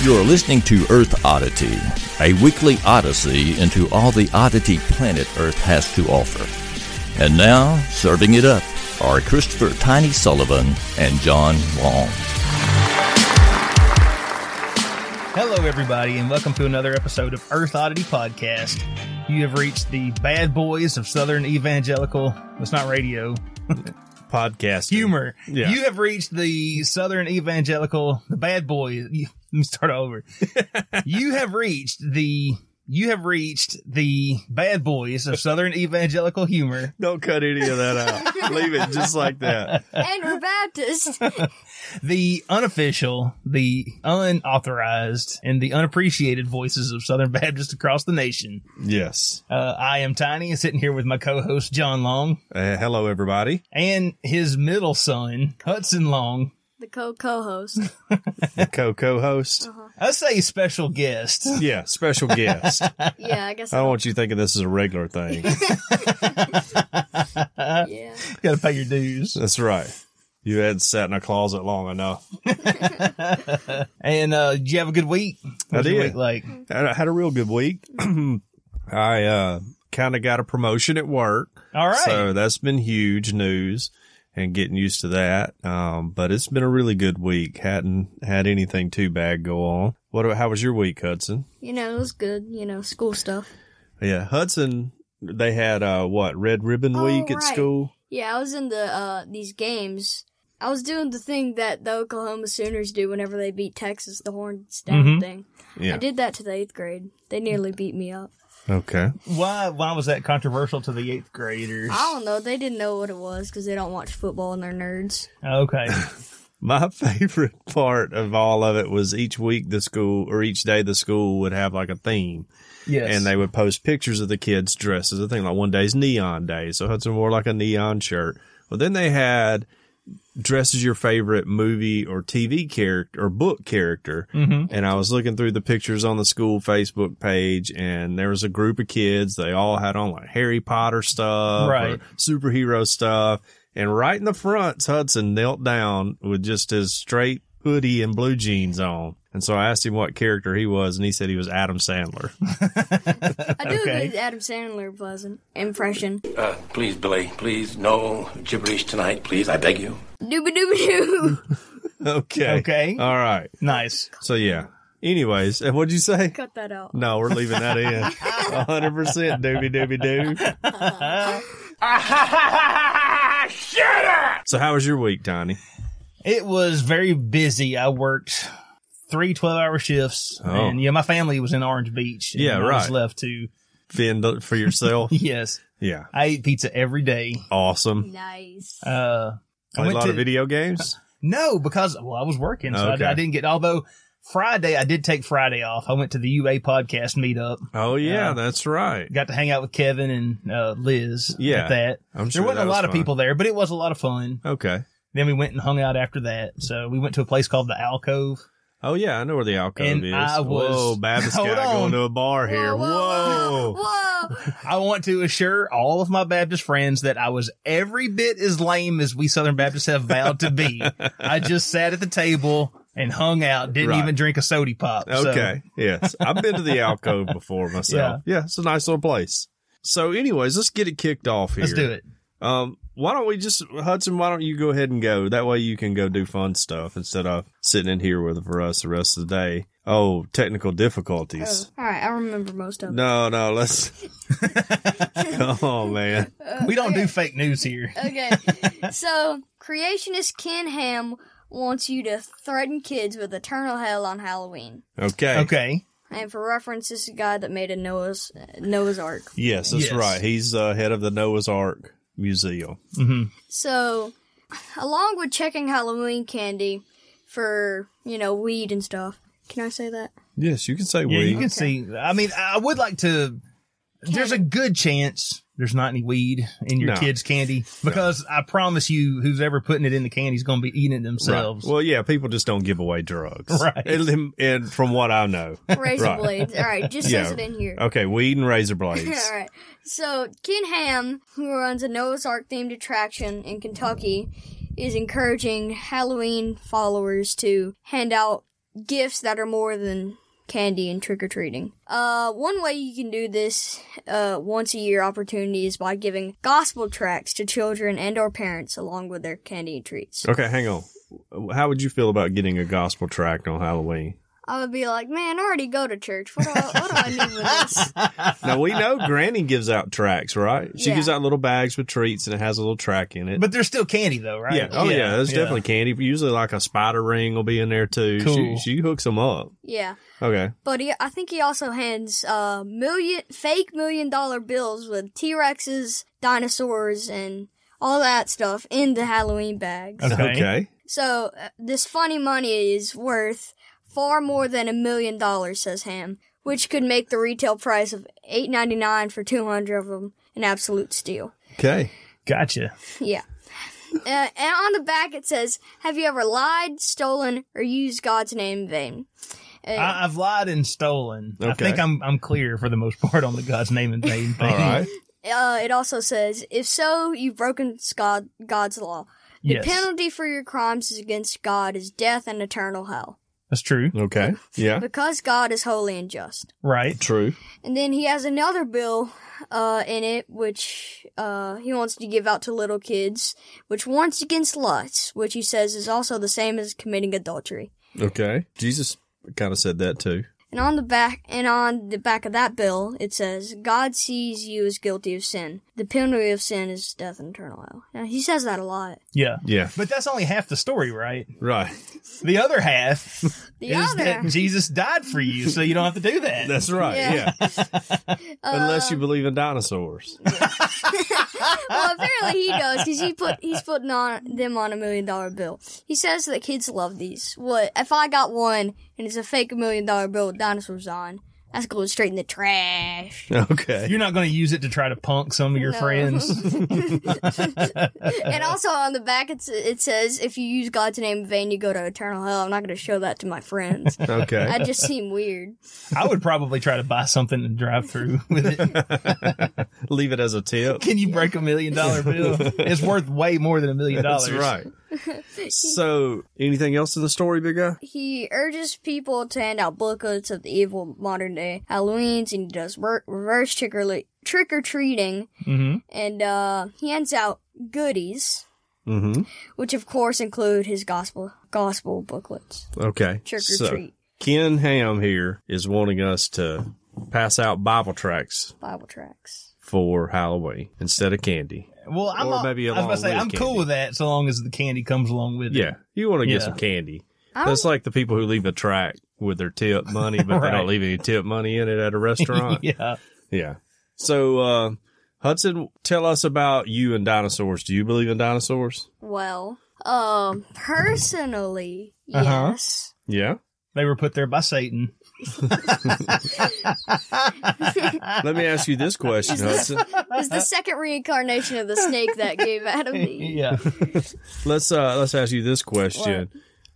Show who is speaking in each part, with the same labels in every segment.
Speaker 1: You're listening to Earth Oddity, a weekly odyssey into all the oddity planet Earth has to offer. And now, serving it up are Christopher Tiny Sullivan and John Long.
Speaker 2: Hello, everybody, and welcome to another episode of Earth Oddity Podcast. You have reached the bad boys of Southern Evangelical. It's not radio.
Speaker 3: podcast
Speaker 2: Humor.
Speaker 3: Yeah.
Speaker 2: You have reached the Southern Evangelical, the bad boys. You, let me start over. you have reached the. You have reached the bad boys of Southern Evangelical humor.
Speaker 3: Don't cut any of that out. Leave it just like that.
Speaker 4: and we're Baptist.
Speaker 2: the unofficial, the unauthorized, and the unappreciated voices of Southern Baptists across the nation.
Speaker 3: Yes.
Speaker 2: Uh, I am Tiny, and sitting here with my co-host John Long
Speaker 3: Uh, hello, everybody.
Speaker 2: and his middle son Hudson Long.
Speaker 4: The co co host.
Speaker 3: The co co host.
Speaker 2: I say special guest.
Speaker 3: Yeah, special guest. I
Speaker 4: Yeah, I guess.
Speaker 3: don't want you thinking this is a regular thing.
Speaker 4: Yeah.
Speaker 2: Got to pay your dues.
Speaker 3: That's right. You had sat in a closet long enough.
Speaker 2: And uh, did you have a good week? What was
Speaker 3: I
Speaker 2: your
Speaker 3: did.
Speaker 2: week like
Speaker 3: I had a real good week. I uh, kind of got a promotion at work.
Speaker 2: all right.
Speaker 3: So that's been huge news and getting used to that. Um, but it's been a really good week. Hadn't had anything too bad go on. What? How was your week, Hudson?
Speaker 4: You know, it was good. You know, school stuff.
Speaker 3: Yeah, Hudson. They had uh, what Red Ribbon
Speaker 4: Oh,
Speaker 3: Week at
Speaker 4: right.
Speaker 3: school.
Speaker 4: Yeah, I was in the uh these games. I was doing the thing that the Oklahoma Sooners do whenever they beat Texas, the horns down
Speaker 2: Mhm.
Speaker 4: thing.
Speaker 3: Yeah.
Speaker 4: I did that to the eighth grade. They nearly beat me up.
Speaker 3: Okay.
Speaker 2: why why was that controversial to the eighth graders?
Speaker 4: I don't know. They didn't know what it was because they don't watch football and they're nerds.
Speaker 2: Okay,
Speaker 3: My favorite part of all of it was each week the school or each day the school would have like a theme,
Speaker 2: yes,
Speaker 3: and they would post pictures of the kids' dresses. I think like one day's neon day, so Hudson wore like a neon shirt. Well, then they had dresses your favorite movie or TV character or book character,
Speaker 2: hmm
Speaker 3: and I was looking through the pictures on the school Facebook page, and there was a group of kids. They all had on like Harry Potter stuff, or
Speaker 2: Right.
Speaker 3: Superhero stuff, and right in the front, Hudson knelt down with just his straight hoodie and blue jeans on. And so I asked him what character he was, and he said he was Adam Sandler.
Speaker 4: I do
Speaker 2: Okay.
Speaker 4: a good Adam Sandler pleasant impression.
Speaker 5: Uh, please, Billy, please, no gibberish tonight, please, I beg you.
Speaker 4: Dooba dooba doo.
Speaker 3: okay.
Speaker 2: Okay.
Speaker 3: All right.
Speaker 2: nice.
Speaker 3: So yeah. Anyways, and what'd you say?
Speaker 4: Cut that out.
Speaker 3: No, we're leaving that in. 100% doobie doobie doo. So how was your week, Tiny?
Speaker 2: It was very busy. I worked three 12 hour shifts.
Speaker 3: Oh.
Speaker 2: And, yeah, my family was in Orange Beach. and
Speaker 3: Yeah,
Speaker 2: I was
Speaker 3: right.
Speaker 2: left to,
Speaker 3: Fend for yourself?
Speaker 2: yes.
Speaker 3: Yeah.
Speaker 2: I ate pizza every day.
Speaker 3: Awesome.
Speaker 4: Nice.
Speaker 2: Uh, I
Speaker 3: Play a
Speaker 2: went
Speaker 3: lot
Speaker 2: to-
Speaker 3: of video games.
Speaker 2: no, because, well, I was working, so I-
Speaker 3: Okay.
Speaker 2: I, didn't get, although Friday, I did take Friday off. I went to the UA podcast meetup,
Speaker 3: Oh yeah,
Speaker 2: Yeah.
Speaker 3: that's right.
Speaker 2: got to hang out with Kevin and uh, Liz
Speaker 3: Yeah.
Speaker 2: at that.
Speaker 3: I'm
Speaker 2: There
Speaker 3: sure
Speaker 2: wasn't
Speaker 3: that
Speaker 2: a
Speaker 3: was
Speaker 2: lot of
Speaker 3: fun.
Speaker 2: people there, but it was a lot of fun.
Speaker 3: Okay.
Speaker 2: Then we went and hung out after that. So we went to a place called the Alcove.
Speaker 3: Oh yeah, I know where the alcove
Speaker 2: And
Speaker 3: is.
Speaker 2: I was-
Speaker 3: Whoa, Baptist
Speaker 2: Hold
Speaker 3: guy
Speaker 2: on.
Speaker 3: going to a bar here. Whoa.
Speaker 4: whoa, whoa, whoa.
Speaker 2: I want to assure all of my Baptist friends that I was every bit as lame as we Southern Baptists have vowed to be. I just sat at the table and hung out, didn't
Speaker 3: Right.
Speaker 2: even drink a soda pop. So,
Speaker 3: Okay. Yes. I've been to the alcove before myself. Yeah. it's a nice little place. So anyways, let's get it kicked off here.
Speaker 2: let's do it.
Speaker 3: Um why don't we just Hudson, why don't you go ahead and go? That way you can go do fun stuff instead of sitting in here with for us the rest of the day. Oh, technical difficulties.
Speaker 4: All right, I remember most of it.
Speaker 3: No, no, let's. Come on, man.
Speaker 2: We don't do fake news here.
Speaker 4: Okay. so, creationist Ken Ham wants you to threaten kids with eternal hell on Halloween.
Speaker 3: Okay.
Speaker 2: Okay.
Speaker 4: And for reference, this is a guy that made a Noah's Noah's Ark.
Speaker 3: Yes, that's
Speaker 2: Yes.
Speaker 3: right. He's uh, head of the Noah's Ark museum.
Speaker 4: So, along with checking Halloween candy for, you know, weed and stuff. Can I say that?
Speaker 3: Yes, you can say
Speaker 2: Yeah,
Speaker 3: we.
Speaker 2: you can see. I mean, I would like to. There's a good chance there's not any weed in your
Speaker 3: No.
Speaker 2: kids' candy because I promise you, who's ever putting it in the candy is going to be eating it themselves.
Speaker 3: Well, yeah, people just don't give away drugs.
Speaker 2: Right.
Speaker 3: And, and from what I know.
Speaker 4: Razor
Speaker 3: Right.
Speaker 4: blades. All right, just
Speaker 3: Yeah.
Speaker 4: says it in here.
Speaker 3: Okay, weed and razor blades.
Speaker 4: All right. So, Ken Ham, who runs a Noah's Ark themed attraction in Kentucky, is encouraging Halloween followers to hand out gifts that are more than candy and trick or treating. Uh, one way you can do this uh, once a year opportunity is by giving gospel tracts to children and or parents along with their candy and treats.
Speaker 3: Okay, hang on. How would you feel about getting a gospel tract on Halloween?
Speaker 4: I would be like, man, I already go to church. What do I, what do I need with this?
Speaker 3: Now we know Granny gives out tracks, right? She
Speaker 4: Yeah.
Speaker 3: gives out little bags with treats, and it has a little track in it.
Speaker 2: but there's still candy though, right?
Speaker 3: yeah, oh yeah, there's definitely candy. Usually, like a spider ring will be in there too.
Speaker 2: Cool.
Speaker 3: She, she hooks them up.
Speaker 4: Yeah.
Speaker 3: Okay,
Speaker 4: But he, I think he also hands uh million fake million dollar bills with T Rexes, dinosaurs, and all that stuff in the Halloween bags.
Speaker 3: okay.
Speaker 2: Okay.
Speaker 4: So uh, this funny money is worth far more than a million dollars, says Ham, which could make the retail price of eight ninety nine for two hundred of them an absolute steal.
Speaker 3: Okay.
Speaker 2: Gotcha.
Speaker 4: Yeah. Uh, and on the back it says, "Have you ever lied, stolen, or used God's name in vain?" Uh,
Speaker 2: I, I've lied and stolen. I
Speaker 3: Okay.
Speaker 2: think I'm I'm clear for the most part on the God's name and vain thing.
Speaker 3: All right.
Speaker 4: uh, it also says, if so, you've broken God, God's law. The
Speaker 2: Yes,
Speaker 4: penalty for your crimes is against God is death and eternal hell,
Speaker 2: that's true.
Speaker 3: Okay. Yeah.
Speaker 4: because God is holy and just.
Speaker 2: Right.
Speaker 3: True.
Speaker 4: And then he has another bill uh, in it, which uh, he wants to give out to little kids, which warns against lust, which he says is also the same as committing adultery.
Speaker 3: Okay. Jesus kind of said that too.
Speaker 4: And on the back and on the back of that bill, it says, "God sees you as guilty of sin. The penalty of sin is death and eternal hell." Now he says that a lot.
Speaker 2: Yeah.
Speaker 3: Yeah.
Speaker 2: But that's only half the story, right?
Speaker 3: Right.
Speaker 2: The other half
Speaker 4: The
Speaker 2: is
Speaker 4: other,
Speaker 2: that Jesus died for you, so you don't have to do that.
Speaker 3: That's right. Yeah.
Speaker 4: Yeah. Um,
Speaker 3: Unless you believe in dinosaurs.
Speaker 4: well, apparently he does because he put he's putting on them on a million dollar bill. He says that kids love these. What if I got one and it's a fake million dollar bill with dinosaurs on? That's going straight in the trash.
Speaker 3: Okay.
Speaker 2: You're not going to use it to try to punk some of your
Speaker 4: No.
Speaker 2: friends.
Speaker 4: and also on the back, it's, it says if you use God's name in vain, you go to eternal hell. I'm not going to show that to my friends.
Speaker 3: Okay.
Speaker 4: That just seem weird.
Speaker 2: I would probably try to buy something and drive through with it.
Speaker 3: Leave it as a tip.
Speaker 2: Can you break a million dollar bill? It's worth way more than a million dollars.
Speaker 3: That's right. So, anything else in the story, Big Guy?
Speaker 4: He urges people to hand out booklets of the evil modern day Halloweens, and he does re- reverse trick or trick or treating
Speaker 2: Mm-hmm.
Speaker 4: and uh, he hands out goodies,
Speaker 3: Mm-hmm.
Speaker 4: which of course include his gospel gospel booklets.
Speaker 3: Okay.
Speaker 4: Trick or
Speaker 3: so,
Speaker 4: treat.
Speaker 3: Ken Ham here is wanting us to pass out Bible tracts
Speaker 4: Bible tracks.
Speaker 3: for Halloween instead of candy.
Speaker 2: Well, I'm
Speaker 3: Or
Speaker 2: all-
Speaker 3: maybe
Speaker 2: I was
Speaker 3: along
Speaker 2: about to say
Speaker 3: with
Speaker 2: I'm cool
Speaker 3: candy.
Speaker 2: with that so long as the candy comes along with it.
Speaker 3: Yeah. You want to get
Speaker 2: Yeah.
Speaker 3: some candy.
Speaker 4: I
Speaker 3: That's
Speaker 4: don't,
Speaker 3: like the people who leave a track with their tip money, but they
Speaker 2: Right.
Speaker 3: don't leave any tip money in it at a restaurant. yeah.
Speaker 2: Yeah.
Speaker 3: So, uh, Hudson, tell us about you and dinosaurs. Do you believe in dinosaurs?
Speaker 4: well, um, personally,
Speaker 2: Uh-huh.
Speaker 4: yes.
Speaker 3: Yeah.
Speaker 2: They were put there by Satan.
Speaker 3: Let me ask you this question, Hudson.
Speaker 4: It's the second reincarnation of the snake that gave Adam the
Speaker 2: Uh-huh. Yeah.
Speaker 3: Let's uh let's ask you this question.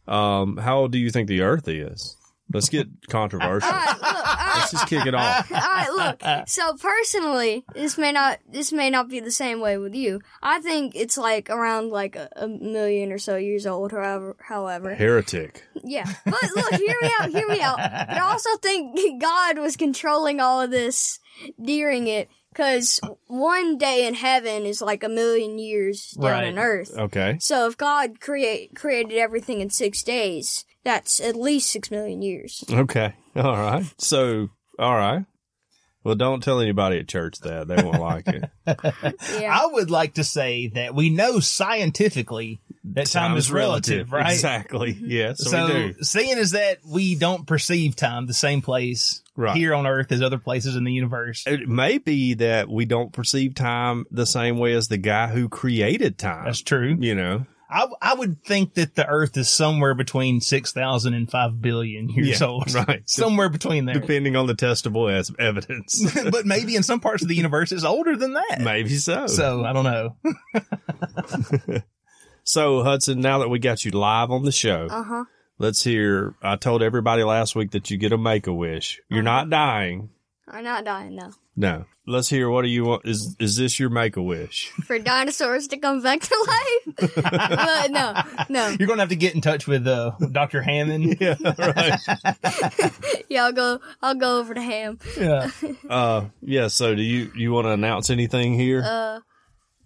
Speaker 3: Um, how old do you think the Earth is? Let's get controversial.
Speaker 4: Alright, look, alright,
Speaker 3: let's just kick it off.
Speaker 4: alright, look. So personally, this may not this may not be the same way with you. I think it's like around like a, a million or so years old, however however.
Speaker 3: Heretic.
Speaker 4: Yeah, but look, hear me out, hear me out. But I also think God was controlling all of this during it, because one day in heaven is like a million years down
Speaker 2: Right.
Speaker 4: on earth.
Speaker 3: Okay.
Speaker 4: So if God create created everything in six days, that's at least six million years.
Speaker 3: Okay. All right. So, all right. Well, don't tell anybody at church that. They won't like it.
Speaker 4: Yeah,
Speaker 2: I would like to say that we know scientifically that time, is relative, right?
Speaker 3: Exactly. Yes.
Speaker 2: So, seeing as that we don't perceive time the same place
Speaker 3: Right.
Speaker 2: here on Earth as other places in the universe.
Speaker 3: It may be that we don't perceive time the same way as the guy who created time.
Speaker 2: That's true.
Speaker 3: You know,
Speaker 2: I, I would think that the Earth is somewhere between 6,000 and 5 billion years
Speaker 3: Yeah,
Speaker 2: old.
Speaker 3: right.
Speaker 2: Somewhere between there.
Speaker 3: depending on the testable as evidence.
Speaker 2: but maybe in some parts of the universe it's older than that.
Speaker 3: Maybe so. so.
Speaker 2: So I don't know.
Speaker 3: Hudson, now that we got you live on the show,
Speaker 4: Uh huh.
Speaker 3: let's hear. I told everybody last week that you get a make a wish. You're not dying.
Speaker 4: I'm not dying now.
Speaker 3: No. Let's hear. What do you want? Is is this your make a wish?
Speaker 4: For dinosaurs to come back to life? no, no, no.
Speaker 2: You're going to have to get in touch with uh, Dr. Hammond.
Speaker 3: yeah. Right.
Speaker 4: Yeah, I'll go. I'll go over to ham.
Speaker 2: Yeah.
Speaker 3: Uh. Yeah. So do you you want to announce anything here?
Speaker 4: Uh,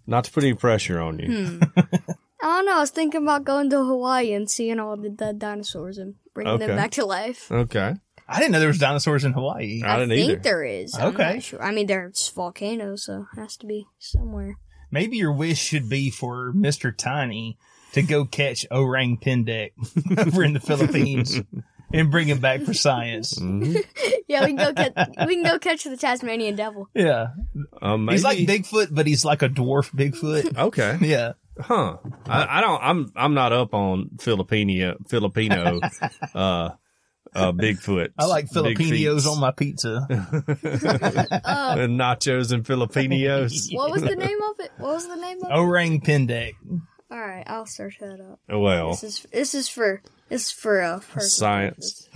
Speaker 3: not to put any pressure on you.
Speaker 4: I don't know. I was thinking about going to Hawaii and seeing all the dead dinosaurs and bringing
Speaker 3: Okay.
Speaker 4: them back to life.
Speaker 3: Okay.
Speaker 2: I didn't know there was dinosaurs in Hawaii.
Speaker 3: I didn't
Speaker 4: hmm. think
Speaker 3: either.
Speaker 4: there is. I'm
Speaker 2: Okay.
Speaker 4: not sure. I mean, there's volcanoes, so it has to be somewhere.
Speaker 2: Maybe your wish should be for Mr. Tiny to go catch Orang Pendek over in the Philippines and bring him back for science.
Speaker 4: Yeah, we can go catch. we can go catch the Tasmanian devil.
Speaker 2: Yeah.
Speaker 3: Um,
Speaker 2: He's like
Speaker 3: maybe-
Speaker 2: Bigfoot, but he's like a dwarf Bigfoot.
Speaker 3: Okay.
Speaker 2: Yeah.
Speaker 3: Huh. I, I don't. I'm. I'm not up on Filipino Filipino, uh, uh, Bigfoot.
Speaker 2: I like
Speaker 3: big
Speaker 2: Filipinos
Speaker 3: feets.
Speaker 2: on my pizza.
Speaker 3: and nachos and Filipinos.
Speaker 4: What was the name of it? What was the name of it?
Speaker 2: Orang Pendek. Oh.
Speaker 4: All right, I'll search that up.
Speaker 3: Oh, well,
Speaker 4: This is this is for this is for uh for
Speaker 3: science.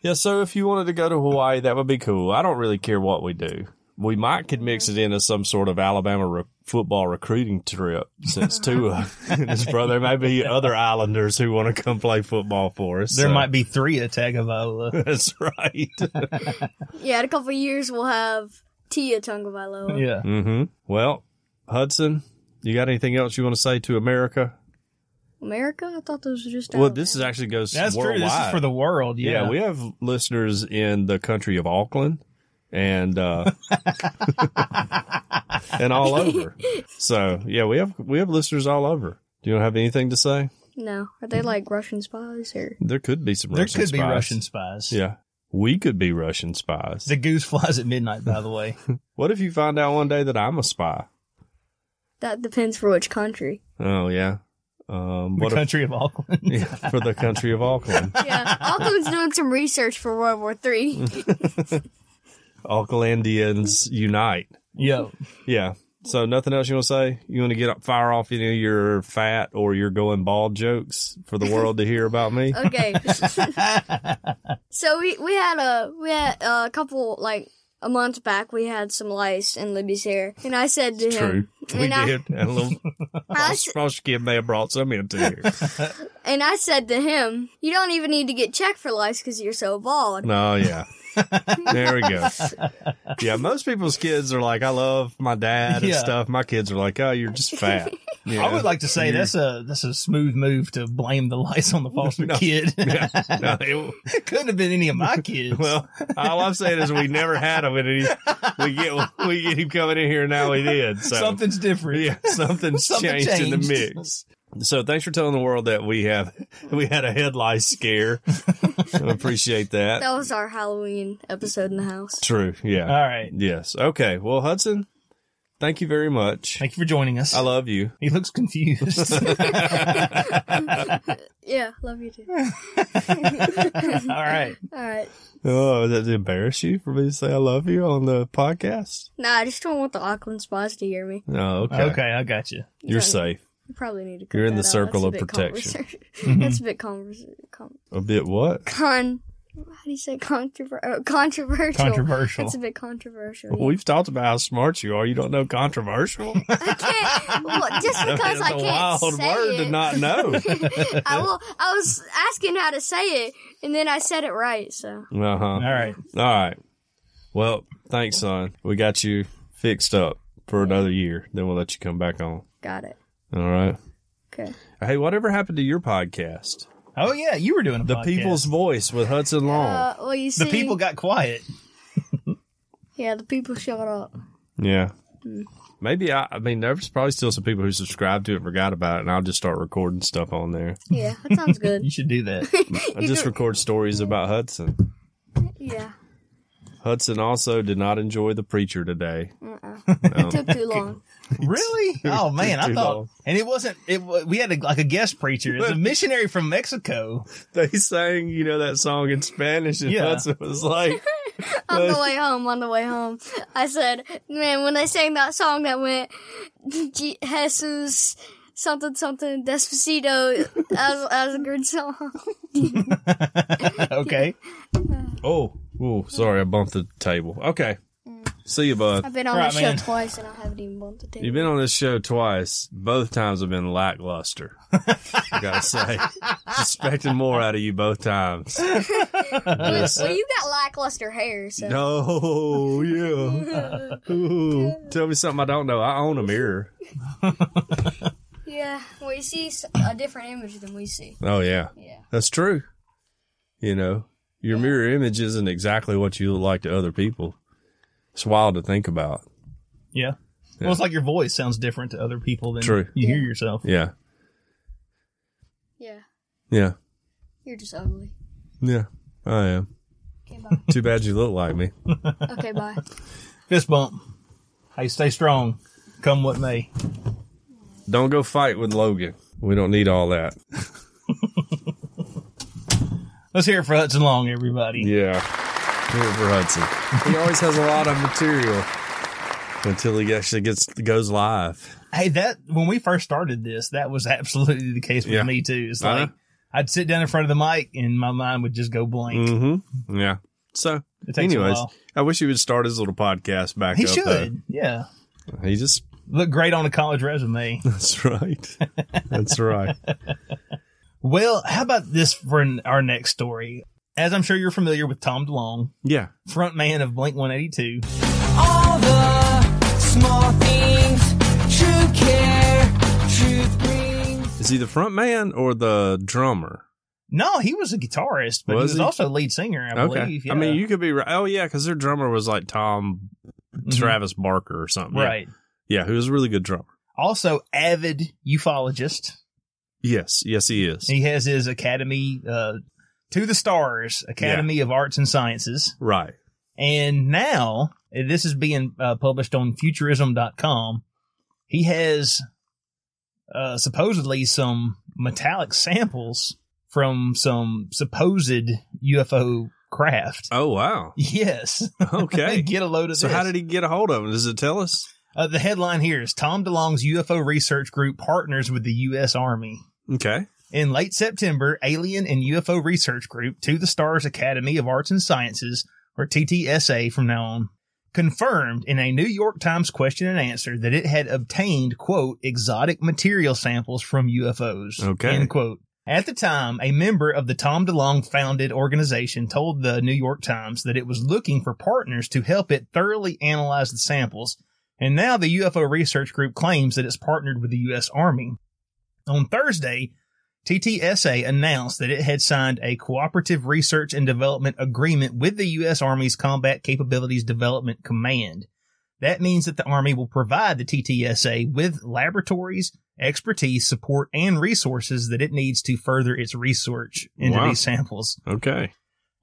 Speaker 3: yeah. So if you wanted to go to Hawaii, that would be cool. I don't really care what we do. We might could mix it into some sort of Alabama re- football recruiting trip, since Tua and his brother may be other Islanders who want to come play football for us.
Speaker 2: There
Speaker 3: so-
Speaker 2: might be three at Tagavola.
Speaker 3: That's right.
Speaker 4: Yeah, in a couple of years we'll have Tia Tungavailoa.
Speaker 2: yeah.
Speaker 3: Mm-hmm. Well, Hudson, you got anything else you want to say to America?
Speaker 4: America? I thought those were just.
Speaker 3: Well,
Speaker 4: Alabama.
Speaker 3: this is actually goes
Speaker 2: That's
Speaker 3: worldwide.
Speaker 2: true. This is for the world.
Speaker 3: yeah.
Speaker 2: Yeah.
Speaker 3: we have listeners in the country of Auckland and uh, and all over. So yeah, we have we have listeners all over. Do you have anything to say?
Speaker 4: no. Are they like Russian spies or?
Speaker 3: There could be some
Speaker 2: there
Speaker 3: Russian
Speaker 2: could
Speaker 3: spies.
Speaker 2: be Russian spies.
Speaker 3: Yeah, we could be Russian spies.
Speaker 2: The goose flies at midnight, by the way.
Speaker 3: What if you find out one day that I'm a spy?
Speaker 4: That depends for which country.
Speaker 3: Oh yeah.
Speaker 2: the
Speaker 3: Um, what if,
Speaker 2: country of Auckland.
Speaker 3: yeah, for the country of Auckland?
Speaker 4: Yeah, Auckland's doing some research for World War Three.
Speaker 3: Aucklandians unite.
Speaker 2: yeah.
Speaker 3: Yeah. So nothing else you want to say? You want to get up, fire off any of your fat or your going bald jokes for the world to hear about me?
Speaker 4: Okay. so we we had a we had a couple like a month back we had some lice in Libby's hair, and I said to him,
Speaker 3: True, we
Speaker 4: And I-
Speaker 3: did. And a little
Speaker 4: I s-
Speaker 3: frost kid may have brought some into here.
Speaker 4: and I said to him, you don't even need to get checked for lice because you're so bald.
Speaker 3: No, yeah. There we go. Yeah, most people's kids are like, I love my dad and
Speaker 2: Yeah.
Speaker 3: stuff. My kids are like, oh, you're just fat. Yeah.
Speaker 2: I would like to say
Speaker 3: You're-
Speaker 2: that's a that's a smooth move to blame the lice on the foster
Speaker 3: No.
Speaker 2: kid.
Speaker 3: No, it-
Speaker 2: Couldn't have been any of my kids.
Speaker 3: Well, all I'm saying is we never had him, and he, we get we get him coming in here now. We did so.
Speaker 2: something's different.
Speaker 3: Yeah, something's
Speaker 2: Something
Speaker 3: changed, in the
Speaker 2: changed.
Speaker 3: mix. So thanks for telling the world that we have we had a head lice scare. I appreciate that.
Speaker 4: That was our Halloween episode in the house.
Speaker 3: True. Yeah.
Speaker 2: All right.
Speaker 3: Yes. Okay. Well, Hudson, thank you very much.
Speaker 2: Thank you for joining us.
Speaker 3: I love you.
Speaker 2: he looks confused.
Speaker 4: Yeah, love you too.
Speaker 2: All right.
Speaker 4: All right.
Speaker 3: Oh, does it embarrass you for me to say I love you on the podcast?
Speaker 4: Nah, I just don't want the Auckland spies to hear me.
Speaker 3: No. Okay.
Speaker 2: Okay. I got you.
Speaker 3: You're safe.
Speaker 4: You probably need to. cut
Speaker 3: You're in
Speaker 4: that
Speaker 3: the
Speaker 4: out.
Speaker 3: circle
Speaker 4: That's a
Speaker 3: of
Speaker 4: bit
Speaker 3: protection.
Speaker 4: conversa- That's a bit convers- con-
Speaker 3: A bit what?
Speaker 4: con. How do you say controver- oh, controversial?
Speaker 2: Controversial.
Speaker 4: That's a bit controversial. yeah.
Speaker 3: We've talked about how smart you are. You don't know controversial.
Speaker 4: I can't. well, just because I
Speaker 3: That's a
Speaker 4: can't
Speaker 3: wild
Speaker 4: say
Speaker 3: word
Speaker 4: it.
Speaker 3: to not know.
Speaker 4: I will. I was asking how to say it, and then I said it right. So
Speaker 3: Uh huh.
Speaker 2: All right.
Speaker 3: All right. Well, thanks, son. We got you fixed up for another year. Then we'll let you come back on.
Speaker 4: got it.
Speaker 3: All right.
Speaker 4: Okay.
Speaker 3: Hey, whatever happened to your podcast?
Speaker 2: Oh yeah, you were doing a
Speaker 3: The
Speaker 2: podcast.
Speaker 3: People's Voice with Hudson Long.
Speaker 4: Uh, well, you see,
Speaker 2: the people got quiet.
Speaker 4: yeah, the people showed up.
Speaker 3: yeah. Maybe I, I mean, there's probably still some people who subscribe to it, forgot about it, and I'll just start recording stuff on there.
Speaker 4: Yeah, that sounds good.
Speaker 2: You should do that.
Speaker 3: I just record stories about Hudson.
Speaker 4: yeah,
Speaker 3: Hudson also did not enjoy the preacher today. Oh.
Speaker 4: It took too long.
Speaker 2: Really? Oh man, I
Speaker 3: Too
Speaker 2: thought,
Speaker 3: long.
Speaker 2: and it wasn't. It wa- we had a, like a guest preacher, it's a missionary from Mexico.
Speaker 3: They sang, you know, that song in Spanish, and
Speaker 2: Yeah.
Speaker 3: Hudson was like,
Speaker 4: On the way home, on the way home, I said, "Man, when they sang that song that went Je- Jesus something something Despacito, that was, that was a good song."
Speaker 2: Okay,
Speaker 3: "Oh, oh, sorry, I bumped the table." Okay, see you, bud.
Speaker 4: I've been on
Speaker 2: Right,
Speaker 4: the show
Speaker 2: man.
Speaker 4: twice and I haven't even bumped the table.
Speaker 3: You've been on this show twice. Both times have been lackluster. I gotta say, expecting more out of you both times.
Speaker 4: well, you got lackluster hair, so
Speaker 3: No, yeah. Ooh. Tell me something I don't know. I own a mirror.
Speaker 4: yeah, we see s- a different image than we see.
Speaker 3: Oh yeah,
Speaker 4: Yeah.
Speaker 3: that's true. You know, your mirror image isn't exactly what you look like to other people. It's wild to think about.
Speaker 2: yeah. Well, it's like your voice sounds different to other people than
Speaker 3: True.
Speaker 2: you hear yourself.
Speaker 3: Yeah,
Speaker 4: Yeah,
Speaker 3: yeah,
Speaker 4: you're just ugly.
Speaker 3: yeah. I am.
Speaker 4: Okay, bye.
Speaker 3: Too bad you look like me.
Speaker 4: okay, bye.
Speaker 2: Fist bump. Hey, stay strong. Come what may.
Speaker 3: Don't go fight with Logan. We don't need all that.
Speaker 2: Let's hear it for Hudson Long, everybody.
Speaker 3: Yeah. Do it for Hudson. He always has a lot of material until he actually gets goes live.
Speaker 2: Hey, that when we first started this, that was absolutely the case with
Speaker 3: Yeah.
Speaker 2: me too. It's
Speaker 3: Uh-huh.
Speaker 2: like I'd sit down in front of the mic and my mind would just go blank.
Speaker 3: Mm-hmm. Yeah. So,
Speaker 2: It takes a
Speaker 3: anyways,
Speaker 2: while.
Speaker 3: I wish he would start his little podcast back
Speaker 2: He
Speaker 3: up.
Speaker 2: should,
Speaker 3: though.
Speaker 2: yeah.
Speaker 3: He just
Speaker 2: Look great on a college resume.
Speaker 3: That's right. That's right.
Speaker 2: well, how about this for n- our next story? As I'm sure you're familiar with Tom DeLonge,
Speaker 3: Yeah.
Speaker 2: frontman of Blink 182,
Speaker 6: all the small things true care truth brings
Speaker 3: Is he the front man or the drummer?
Speaker 2: No, he was a guitarist, but he
Speaker 3: Was
Speaker 2: was
Speaker 3: he?
Speaker 2: also lead singer, I believe.
Speaker 3: I mean,
Speaker 2: yeah.
Speaker 3: you could be right. Oh, yeah, because their drummer was like Tom Travis Barker or something. Yeah.
Speaker 2: Mm-hmm. right.
Speaker 3: Yeah, who was a really good drummer.
Speaker 2: Also, avid ufologist.
Speaker 3: Yes. Yes, he is.
Speaker 2: He has his academy, uh, to the stars, Academy of Arts and Sciences,
Speaker 3: right.
Speaker 2: and now and this is being uh, published on Futurism.com. He has uh, supposedly some metallic samples from some supposed UFO craft.
Speaker 3: Oh, wow.
Speaker 2: Yes.
Speaker 3: Okay.
Speaker 2: Get a load of
Speaker 3: so,
Speaker 2: this.
Speaker 3: how did he get a hold of him? Does it tell us?
Speaker 2: Uh, the headline here is Tom DeLonge's UFO research group partners with the U.S. Army.
Speaker 3: Okay.
Speaker 2: In late September, Alien and UFO Research Group to the Stars Academy of Arts and Sciences, or TTSA from now on, confirmed in a New York Times question and answer that it had obtained, quote, exotic material samples from UFOs,
Speaker 3: Okay.
Speaker 2: end quote. At the time, a member of the Tom DeLonge founded organization told the New York Times that it was looking for partners to help it thoroughly analyze the samples, and now the UFO Research Group claims that it's partnered with the U.S. Army. On Thursday, TTSA announced that it had signed a cooperative research and development agreement with the U.S. Army's Combat Capabilities Development Command. That means that the Army will provide the TTSA with laboratories, expertise, support, and resources that it needs to further its research into
Speaker 3: Wow.
Speaker 2: these samples.
Speaker 3: Okay.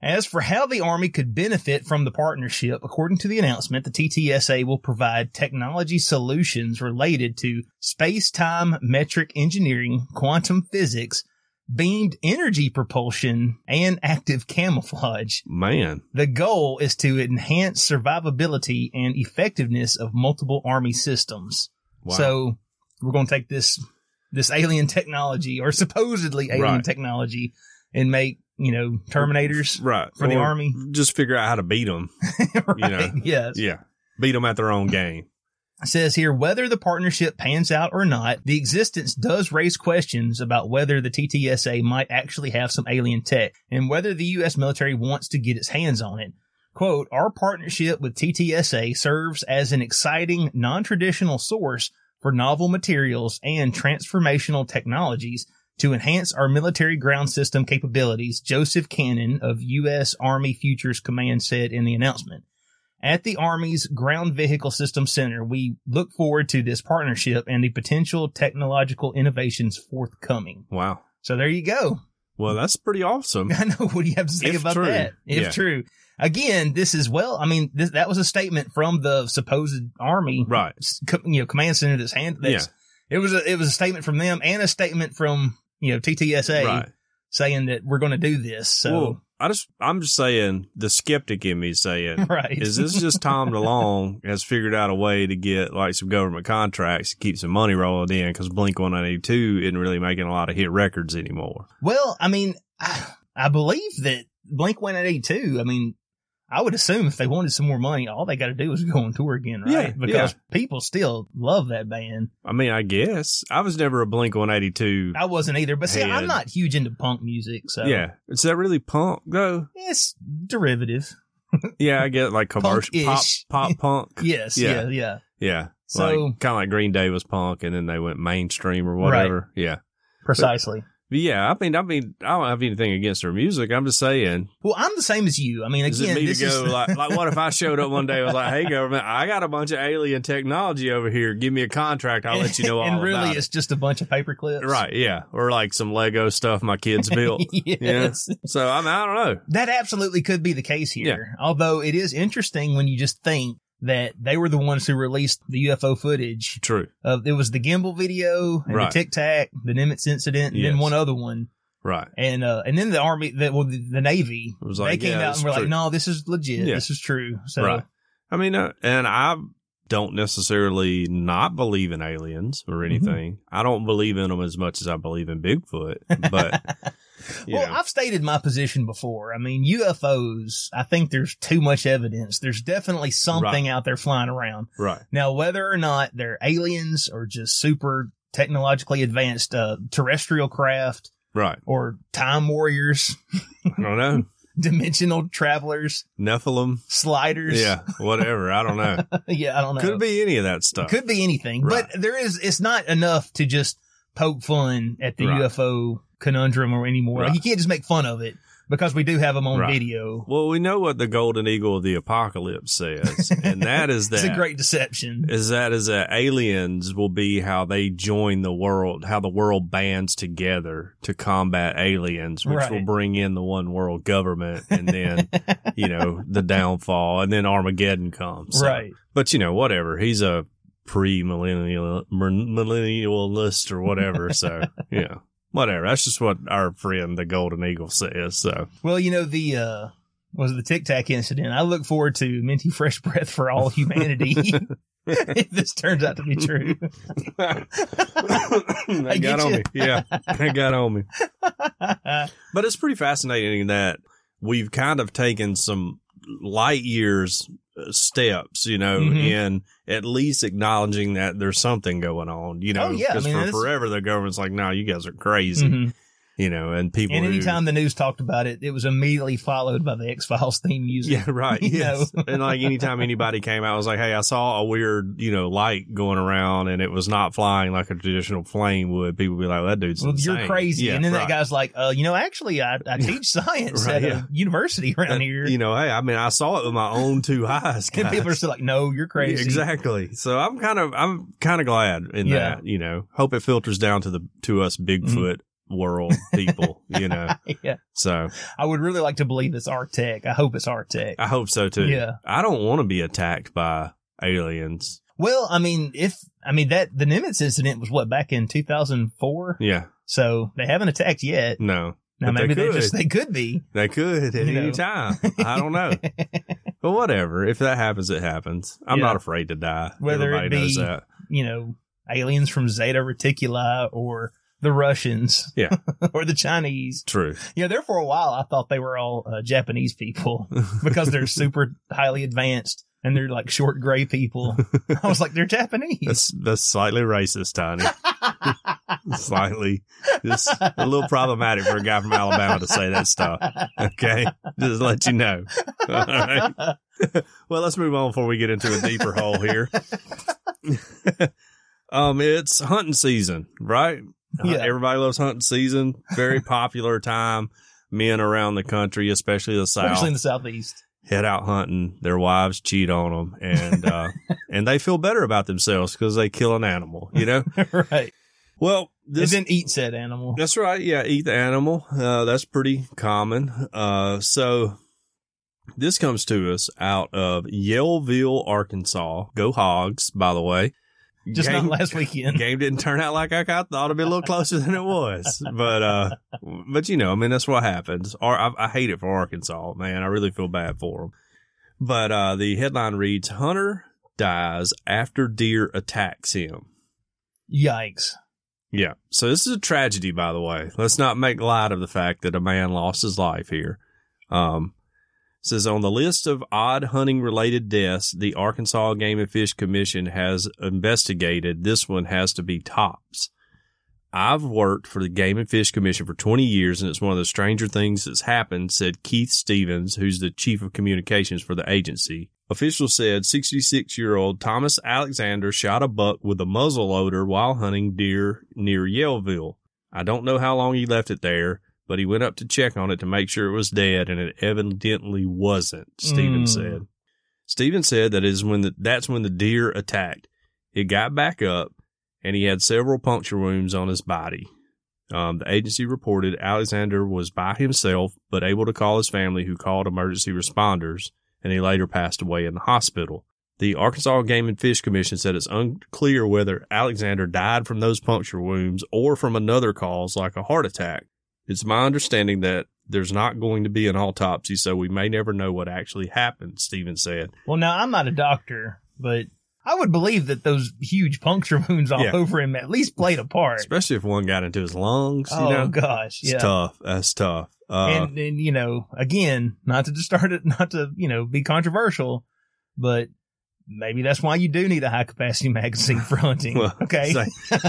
Speaker 2: As for how the Army could benefit from the partnership, according to the announcement, the TTSA will provide technology solutions related to space time metric engineering, quantum physics, beamed energy propulsion, and active camouflage.
Speaker 3: Man.
Speaker 2: The goal is to enhance survivability and effectiveness of multiple Army systems.
Speaker 3: Wow.
Speaker 2: So we're going to take this this alien technology or supposedly alien
Speaker 3: Right.
Speaker 2: technology and make you know Terminators
Speaker 3: Right.
Speaker 2: for the
Speaker 3: Or
Speaker 2: Army.
Speaker 3: Just figure out how to beat them. You know.
Speaker 2: Right, Yes.
Speaker 3: Yeah. Beat them at their own game.
Speaker 2: It says here whether the partnership pans out or not, the existence does raise questions about whether the TTSA might actually have some alien tech and whether the U.S. military wants to get its hands on it. Quote, our partnership with TTSA serves as an exciting, non traditional source for novel materials and transformational technologies to enhance our military ground system capabilities, Joseph Cannon of U.S. Army Futures Command said in the announcement. At the Army's Ground Vehicle System Center, we look forward to this partnership and the potential technological innovations forthcoming.
Speaker 3: Wow.
Speaker 2: So there you go.
Speaker 3: Well, that's pretty awesome.
Speaker 2: I know. What do you have to say
Speaker 3: If
Speaker 2: about
Speaker 3: true.
Speaker 2: that? If
Speaker 3: Yeah.
Speaker 2: true. again, this is well. I mean, this, that was a statement from the supposed army,
Speaker 3: Right.
Speaker 2: s- co- You know, command center that's hand. That's, It was a it was a statement from them and a statement from you know TTSA
Speaker 3: right.
Speaker 2: saying that we're going to do this. So
Speaker 3: Well, I just I'm just saying the skeptic in me saying
Speaker 2: right,
Speaker 3: is this just Tom DeLong has figured out a way to get like some government contracts to keep some money rolling in because Blink 182 isn't really making a lot of hit records anymore.
Speaker 2: Well, I mean, I, I believe that Blink went at eighty two. I mean, I would assume if they wanted some more money, all they got to do is go on tour again, right?
Speaker 3: Yeah,
Speaker 2: because people still love that band.
Speaker 3: I mean, I guess I was never a Blink 182.
Speaker 2: I wasn't either, but see,
Speaker 3: Head.
Speaker 2: I'm not huge into punk music, so
Speaker 3: Yeah, is that really punk though?
Speaker 2: it's derivative.
Speaker 3: Yeah, I get like commercial pop,
Speaker 2: Punk-ish.
Speaker 3: pop punk.
Speaker 2: Yes,
Speaker 3: Yeah.
Speaker 2: yeah, yeah.
Speaker 3: Yeah.
Speaker 2: So-
Speaker 3: like kind of like Green Day was punk and then they went mainstream or whatever. Yeah.
Speaker 2: Precisely.
Speaker 3: But yeah, I mean, I mean, I don't have anything against their music. I'm just saying,
Speaker 2: well, I'm the same as you. I mean,
Speaker 3: is
Speaker 2: again,
Speaker 3: it me
Speaker 2: this
Speaker 3: to
Speaker 2: is
Speaker 3: go like, like, what if I showed up one day and was like, hey, government, I got a bunch of alien technology over here. Give me a contract. I'll let you know all
Speaker 2: and really,
Speaker 3: about
Speaker 2: it's just a bunch of paper clips,
Speaker 3: it. Right. Yeah. Or like some Lego stuff my kids built.
Speaker 2: yes.
Speaker 3: So I mean, I don't know.
Speaker 2: That absolutely could be the case here. Although it is interesting when you just think that they were the ones who released the UFO footage.
Speaker 3: True.
Speaker 2: Of it was the gimbal video, and
Speaker 3: Right.
Speaker 2: the Tic Tac, the Nimitz incident, and then
Speaker 3: Yes.
Speaker 2: one other one,
Speaker 3: Right.
Speaker 2: and uh, and then the army, the, well, the, the navy.
Speaker 3: It was like,
Speaker 2: they came
Speaker 3: yeah,
Speaker 2: out
Speaker 3: it's
Speaker 2: and were
Speaker 3: true.
Speaker 2: like, "No, this is legit.
Speaker 3: Yeah.
Speaker 2: This is true." So
Speaker 3: Right. I mean, uh, and I don't necessarily not believe in aliens
Speaker 2: Mm-hmm.
Speaker 3: or anything. I don't believe in them as much as I believe in Bigfoot. But you
Speaker 2: Well,
Speaker 3: know,
Speaker 2: I've stated my position before. I mean, UFOs, I think there's too much evidence. There's definitely something out there flying around.
Speaker 3: right,
Speaker 2: Now, whether or not they're aliens or just super technologically advanced uh, terrestrial craft
Speaker 3: right.
Speaker 2: or time warriors,
Speaker 3: I don't know.
Speaker 2: dimensional travelers,
Speaker 3: Nephilim.
Speaker 2: sliders.
Speaker 3: Yeah, whatever. I don't know.
Speaker 2: yeah, I don't know.
Speaker 3: Could be any of that stuff.
Speaker 2: Could be anything.
Speaker 3: Right.
Speaker 2: But there is, it's not enough to just poke fun at the
Speaker 3: Right.
Speaker 2: UFO conundrum or anymore. Like,
Speaker 3: Right.
Speaker 2: you can't just make fun of it because we do have them on
Speaker 3: Right.
Speaker 2: video.
Speaker 3: Well, we know what the golden eagle of the apocalypse says, and that is that
Speaker 2: It's a great deception.
Speaker 3: is that is that aliens will be how they join the world, how the world bands together to combat aliens, which
Speaker 2: Right.
Speaker 3: will bring in the one world government, and then you know the downfall, and then Armageddon comes. So-
Speaker 2: right.
Speaker 3: but you know whatever. He's a pre-millennial millennialist or whatever. So yeah, whatever. That's just what our friend the Golden Eagle says. So
Speaker 2: Well, you know the uh was it the Tic Tac incident. I look forward to minty fresh breath for all humanity. if this turns out to be true,
Speaker 3: they
Speaker 2: get
Speaker 3: got on
Speaker 2: you.
Speaker 3: me. Yeah, they got on me.
Speaker 2: right?
Speaker 3: But it's pretty fascinating that we've kind of taken some light years uh, steps, you know,
Speaker 2: Mhm.
Speaker 3: in at least acknowledging that there's something going on, you know,
Speaker 2: Oh, yeah. I mean,
Speaker 3: for
Speaker 2: it's-
Speaker 3: forever the government's like, no, you guys are crazy,
Speaker 2: Mhm.
Speaker 3: you know, and people
Speaker 2: And
Speaker 3: who-
Speaker 2: anytime the news talked about it, it was immediately followed by the X Files theme music.
Speaker 3: yeah, right.
Speaker 2: you
Speaker 3: Yes. and like anytime anybody came out, I was like, hey, I saw a weird, you know, light going around and it was not flying like a traditional plane would. People would be like, that dude's
Speaker 2: Well, you're
Speaker 3: insane.
Speaker 2: crazy.
Speaker 3: Yeah,
Speaker 2: and then
Speaker 3: right.
Speaker 2: that guy's like, uh, you know, actually, I, I teach science
Speaker 3: Right,
Speaker 2: at
Speaker 3: yeah.
Speaker 2: a university around
Speaker 3: And,
Speaker 2: here.
Speaker 3: You know, hey, I mean, I saw it with my own two eyes.
Speaker 2: and people are
Speaker 3: guys.
Speaker 2: still like, no, you're crazy.
Speaker 3: Exactly. So I'm kind of I'm kind of glad in
Speaker 2: Yeah. Mm-hmm.
Speaker 3: that. You know, hope it filters down to the to us Bigfoot world people. You know,
Speaker 2: Yeah.
Speaker 3: so
Speaker 2: I would really like to believe it's Arctic. I hope it's Arctic.
Speaker 3: I hope so too.
Speaker 2: Yeah.
Speaker 3: I don't want to be attacked by aliens.
Speaker 2: Well, I mean, if I mean that the Nimitz incident was what back in 2004,
Speaker 3: Yeah.
Speaker 2: so they haven't attacked yet.
Speaker 3: No.
Speaker 2: Now
Speaker 3: but they
Speaker 2: maybe they
Speaker 3: could.
Speaker 2: just they could be.
Speaker 3: They could
Speaker 2: You
Speaker 3: at any
Speaker 2: know.
Speaker 3: time. I don't know. but whatever. If that happens, it happens. I'm
Speaker 2: Yeah.
Speaker 3: not afraid to die.
Speaker 2: Whether it
Speaker 3: Everybody knows
Speaker 2: be-
Speaker 3: that.
Speaker 2: you know, aliens from Zeta Reticuli or the Russians,
Speaker 3: Yeah.
Speaker 2: or the Chinese.
Speaker 3: True.
Speaker 2: Yeah, there for a while I thought they were all uh, Japanese people because they're super highly advanced and they're like short gray people. I was like, they're Japanese.
Speaker 3: That's that's slightly racist, Tony. slightly, just a little problematic for a guy from Alabama to say that stuff. Okay, just let you know. All right. Well, let's move on before we get into a deeper hole here. um, it's hunting season, right?
Speaker 2: Yeah.
Speaker 3: Everybody loves hunting season. Very popular time. Men around the country, especially the South,
Speaker 2: Especially in the southeast.
Speaker 3: head out hunting. Their wives cheat on them, and uh, and they feel better about themselves because they kill an animal. You know.
Speaker 2: right.
Speaker 3: Well, this
Speaker 2: and then eat said animal.
Speaker 3: that's right. Yeah, eat the animal. Uh, that's pretty common. Uh, so This comes to us out of Yellville, Arkansas. Go Hogs, by the way.
Speaker 2: Just
Speaker 3: Gang-
Speaker 2: not last weekend.
Speaker 3: game didn't turn out like I got- thought it'd be a little closer than it was. But uh, but you know, I mean, that's what happens. Or I, I hate it for Arkansas, man. I really feel bad for them. But uh, the headline reads: Hunter dies after deer attacks him.
Speaker 2: Yikes.
Speaker 3: Yeah. So this is a tragedy, by the way. Let's not make light of the fact that a man lost his life here. Um, it says on the list of odd hunting related deaths, the Arkansas Game and Fish Commission has investigated. This one has to be tops. I've worked for the Game and Fish Commission for 20 years, and it's one of the stranger things that's happened, said Keith Stevens, who's the chief of communications for the agency. Officials said 66 year old Thomas Alexander shot a buck with a muzzle loader while hunting deer near Yellville. I don't know how long he left it there, but he went up to check on it to make sure it was dead, and it evidently wasn't, Stevens
Speaker 2: Mm.
Speaker 3: said. Stevens said that is when the, that's when the deer attacked. It got back up, and he had several puncture wounds on his body. Um, the agency reported Alexander was by himself, but able to call his family, who called emergency responders, and he later passed away in the hospital. The Arkansas Game and Fish Commission said it's unclear whether Alexander died from those puncture wounds or from another cause like a heart attack. It's my understanding that there's not going to be an autopsy, so we may never know what actually happened, Stevens said.
Speaker 2: Well, now I'm not a doctor, but I would believe that those huge puncture wounds all
Speaker 3: Yeah.
Speaker 2: over him at least played a part.
Speaker 3: Especially if one got into his lungs, you
Speaker 2: oh
Speaker 3: know?
Speaker 2: gosh,
Speaker 3: It's
Speaker 2: yeah.
Speaker 3: tough. That's tough. Uh,
Speaker 2: and and you know, again, not to just start it, not to you know be controversial, but maybe that's why you do need a high capacity magazine for hunting.
Speaker 3: Well,
Speaker 2: okay,
Speaker 3: it's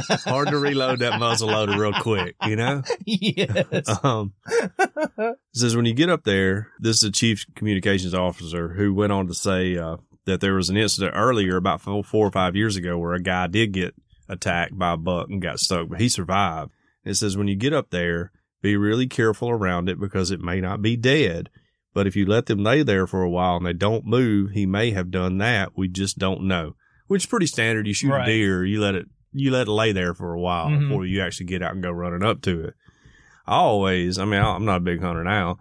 Speaker 3: like, hard to reload that muzzle loader real quick, you know?
Speaker 2: yes,
Speaker 3: Um, it says when you get up there, this is the chief communications officer who went on to say uh, that there was an incident earlier about four, four or five years ago where a guy did get attacked by a buck and got stuck, but he survived. It says when you get up there, be really careful around it because it may not be dead. But if you let them lay there for a while and they don't move, he may have done that. We just don't know. Which is pretty standard. You shoot
Speaker 2: Right.
Speaker 3: a deer, you let it you let it lay there for a while
Speaker 2: Mhm.
Speaker 3: before you actually get out and go running up to it. I always, I mean, I- I'm not a big hunter now.